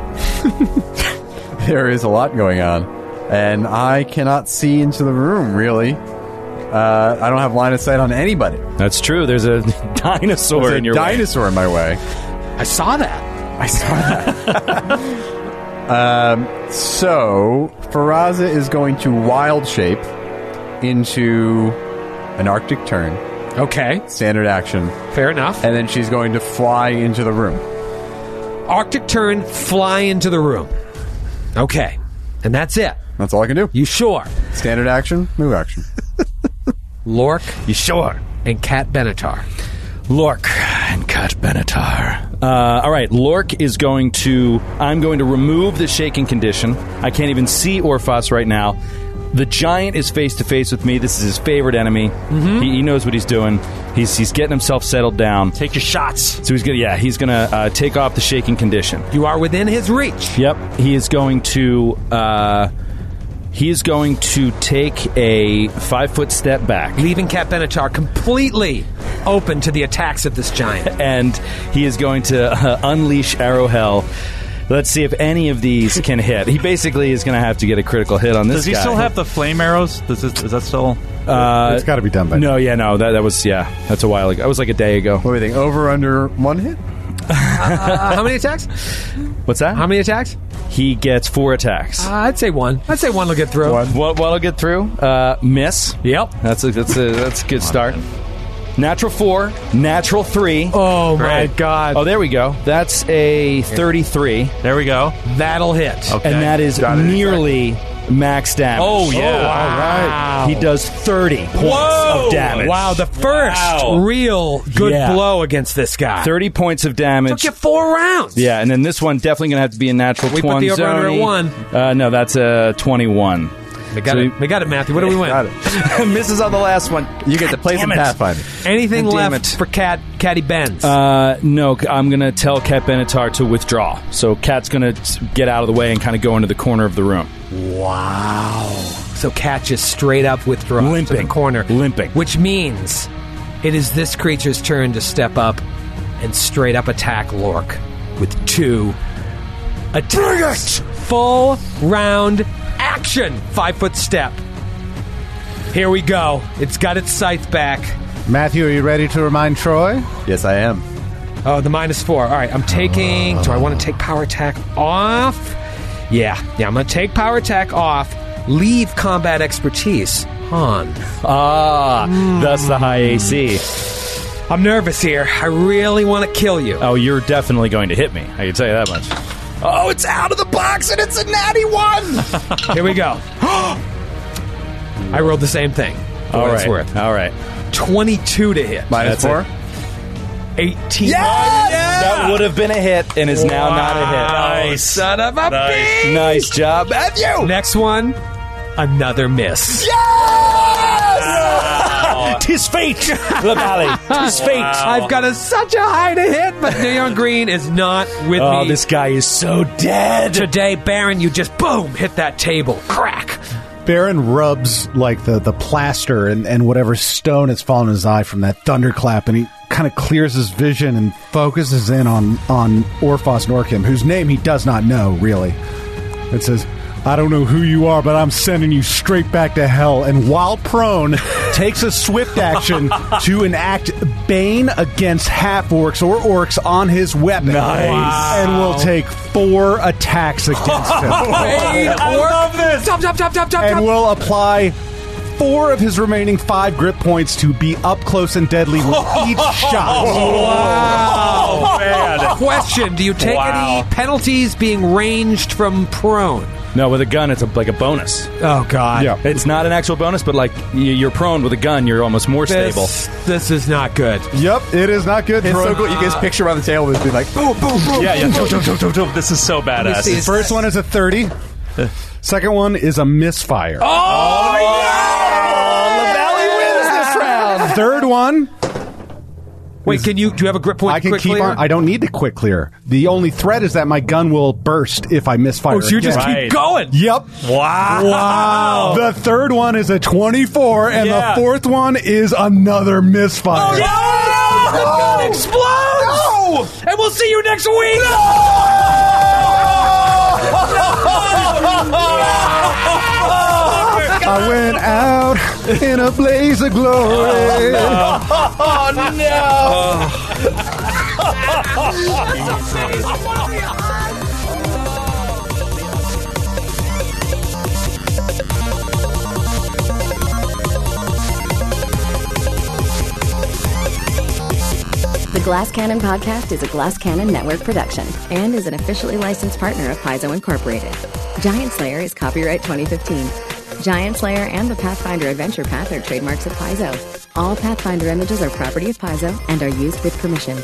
Speaker 7: There is a lot going on, and I cannot see into the room really. Uh, I don't have line of sight on anybody.
Speaker 8: That's true. There's a <laughs> dinosaur
Speaker 7: There's a
Speaker 8: in your way.
Speaker 7: dinosaur in my way.
Speaker 2: I saw that.
Speaker 7: I saw that. <laughs> um, so Faraza is going to wild shape into an arctic turn,
Speaker 2: Okay,
Speaker 7: standard action,
Speaker 2: fair enough.
Speaker 7: and then she's going to fly into the room.
Speaker 2: Arctic turn, fly into the room. Okay, and that's it.
Speaker 7: That's all I can do.
Speaker 2: You sure?
Speaker 7: Standard action, move action.
Speaker 2: Lork
Speaker 8: You sure?
Speaker 2: and Cat Benatar.
Speaker 8: Lork and Cut Benatar. Uh, all right, Lork is going to. I'm going to remove the shaking condition. I can't even see Orphos right now. The giant is face to face with me. This is his favorite enemy.
Speaker 4: Mm-hmm.
Speaker 8: He, he knows what he's doing. He's he's getting himself settled down.
Speaker 4: Take your shots.
Speaker 8: So he's gonna yeah he's gonna uh, take off the shaking condition.
Speaker 2: You are within his reach.
Speaker 8: Yep, he is going to. Uh, he is going to take a five foot step back.
Speaker 2: leaving Cat Benatar completely open to the attacks of this giant.
Speaker 8: and he is going to uh, unleash arrow hell. Let's see if any of these can hit. He basically is going to have to get a critical hit on this.
Speaker 4: Does he
Speaker 8: guy.
Speaker 4: still have the flame arrows? Does this, is that still?
Speaker 8: Uh,
Speaker 11: It's got to be done by now.
Speaker 8: no, yeah, no. That, that was yeah. That's a while ago. That was like a day ago.
Speaker 7: What do we think? Over under one hit?
Speaker 2: Uh, how many attacks?
Speaker 8: What's that?
Speaker 2: How many attacks?
Speaker 8: He gets four attacks.
Speaker 2: Uh, I'd say one. I'd say one will get through.
Speaker 8: What? What'll get through? Uh, miss.
Speaker 2: Yep.
Speaker 8: That's a that's a that's a good start. Natural four. Natural three.
Speaker 2: Oh my
Speaker 8: Great.
Speaker 2: god.
Speaker 8: Oh, there we go. That's a thirty-three,
Speaker 4: There we go.
Speaker 2: That'll hit.
Speaker 4: Okay.
Speaker 8: and that is
Speaker 7: Got it,
Speaker 8: nearly max damage.
Speaker 4: Oh yeah.
Speaker 2: wow.
Speaker 8: He does 30 points
Speaker 4: Whoa!
Speaker 8: of damage.
Speaker 2: Wow, the first
Speaker 4: Wow.
Speaker 2: real good
Speaker 8: Yeah.
Speaker 2: blow against this guy.
Speaker 8: 30 points of
Speaker 2: Took
Speaker 8: damage.
Speaker 2: you four rounds.
Speaker 8: yeah, and then this one definitely going to have to be a natural
Speaker 2: We put the over-under at
Speaker 8: Twanzoni.
Speaker 2: one.
Speaker 8: Uh, no, that's a 21.
Speaker 2: We got
Speaker 8: So
Speaker 2: it.
Speaker 8: we-
Speaker 2: We got it, Matthew. What do we win?
Speaker 8: <laughs>
Speaker 7: Misses on the last one. You get to play some
Speaker 8: damn it.
Speaker 7: Pathfinder.
Speaker 2: Anything
Speaker 8: Damn
Speaker 2: left
Speaker 8: it.
Speaker 2: for Cat Catty Benz?
Speaker 8: Uh, no, c- I'm going to tell Cat Benatar to withdraw. So Cat's going to get out of the way and kind of go into the corner of the room.
Speaker 2: wow. So Cat just straight up withdraws to the
Speaker 8: Limping.
Speaker 2: corner.
Speaker 8: Limping.
Speaker 2: Which means it is this creature's turn to step up and straight up attack Lork with two attacks. Full round action. Five foot step. Here we go. It's got its sights back.
Speaker 11: Matthew, are you ready to remind Troy?
Speaker 7: Yes, I am.
Speaker 2: Oh, the minus four. All right, I'm taking. Do I want to take power attack off? Yeah, yeah, I'm going to take power attack off. Leave combat expertise on.
Speaker 8: Ah, that's the high AC.
Speaker 2: I'm nervous here. I really want to kill you.
Speaker 8: Oh, you're definitely going to hit me. I can tell you that much. Oh, it's out of the box and it's a natty one.
Speaker 2: Here we
Speaker 8: <gasps>
Speaker 2: go. I rolled the same thing. For
Speaker 8: All
Speaker 2: what it's
Speaker 8: right.
Speaker 2: worth.
Speaker 8: All right.
Speaker 2: 22 to hit.
Speaker 7: Minus
Speaker 8: That's
Speaker 7: four.
Speaker 8: it.
Speaker 2: 18.
Speaker 8: That would have been a hit and is now not a hit.
Speaker 2: Wow, Son of a bitch.
Speaker 8: Nice job, Matthew.
Speaker 2: Next one, another miss.
Speaker 8: <laughs>
Speaker 12: Tis fate, La Valley. Tis fate.
Speaker 2: I've got a, such a high to hit, but Neon Green is not with
Speaker 12: Oh,
Speaker 2: me.
Speaker 12: this guy is so dead.
Speaker 8: <laughs>
Speaker 2: Today, Baron, you just boom hit that table, crack.
Speaker 6: Baron rubs like the, the plaster and, and whatever stone has fallen in his eye from that thunderclap, and he kind of clears his vision and focuses in on on Orphos Norkim, whose name he does not know really. It says, "I don't know who you are, but I'm sending you straight back to hell." And while prone, <laughs> takes a
Speaker 11: <laughs>
Speaker 6: swift action to enact Bane against half orcs or orcs on his weapon, nice. and will take four attacks
Speaker 11: <laughs>
Speaker 6: against him.
Speaker 2: I love this. Stop! Stop! Stop! Stop! Stop!
Speaker 6: and
Speaker 2: stop.
Speaker 6: will apply four of his remaining five grip points to be up close and deadly with each shot.
Speaker 8: <laughs>
Speaker 2: Question: Do you take any penalties being ranged from prone?
Speaker 13: No, with a gun, it's a, like a bonus.
Speaker 2: Oh God!
Speaker 6: Yeah.
Speaker 13: It's not an actual bonus, but like y- you're prone with a gun, you're almost more stable.
Speaker 2: This, this is not good.
Speaker 6: Yep, it is not good.
Speaker 7: It's
Speaker 6: Bro.
Speaker 7: so cool. You guys picture around the table and be like, boom, boom, boom.
Speaker 14: Yeah, yeah. Dum, dum, dum, dum, dum. This is so
Speaker 2: see.
Speaker 14: badass.
Speaker 6: First one is a 30. Second one is a misfire. Oh, yeah! wins this round. Third one,
Speaker 2: Wait, can you? Do you have a grip point?
Speaker 6: I can
Speaker 2: quick
Speaker 6: keep
Speaker 2: clear?
Speaker 6: on. I don't need to quick clear. The only threat is that my gun will burst if I misfire.
Speaker 2: oh, so you just
Speaker 6: again.
Speaker 14: Right.
Speaker 2: keep going.
Speaker 6: Yep.
Speaker 14: Wow.
Speaker 6: Wow. The third one is a 24, and
Speaker 14: Yeah. Oh,
Speaker 6: the fourth one is another misfire.
Speaker 2: The gun explodes. And we'll see you next week.
Speaker 6: I went out in a blaze of glory.
Speaker 7: <laughs>
Speaker 15: The Glass Cannon Podcast is a Glass Cannon Network production and is an officially licensed partner of Paizo Incorporated. Giant Slayer is copyright 2015. Giant Slayer and the Pathfinder Adventure Path are trademarks of Paizo. All Pathfinder images are property of Paizo and are used with permission.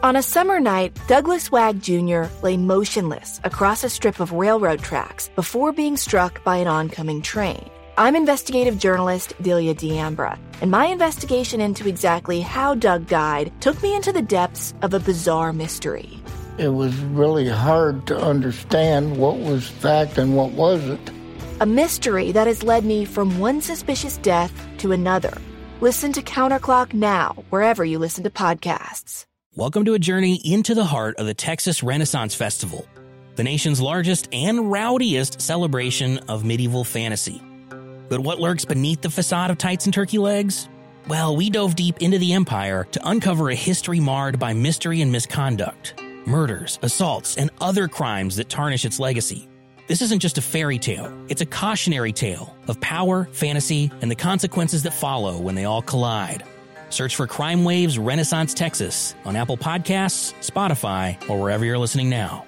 Speaker 8: On a summer night, Douglas Wag Jr. lay motionless across a strip of railroad tracks before being struck by an oncoming train. I'm investigative journalist Delia D'Ambra, and my investigation into exactly how Doug died took me into the depths of a bizarre mystery.
Speaker 15: It was really hard to understand what was fact and what wasn't.
Speaker 8: A mystery that has led me from one suspicious death to another. Listen to Counterclock now, wherever you listen to podcasts.
Speaker 15: Welcome to a journey into the heart of the Texas Renaissance Festival, the nation's largest and rowdiest celebration of medieval fantasy. But what lurks beneath the facade of tights and turkey legs? Well, we dove deep into the empire to uncover a history marred by mystery and misconduct, murders, assaults, and other crimes that tarnish its legacy. This isn't just a fairy tale, it's a cautionary tale of power, fantasy, and the consequences that follow when they all collide. Search for Crime Waves Renaissance Texas on Apple Podcasts, Spotify, or wherever you're listening now.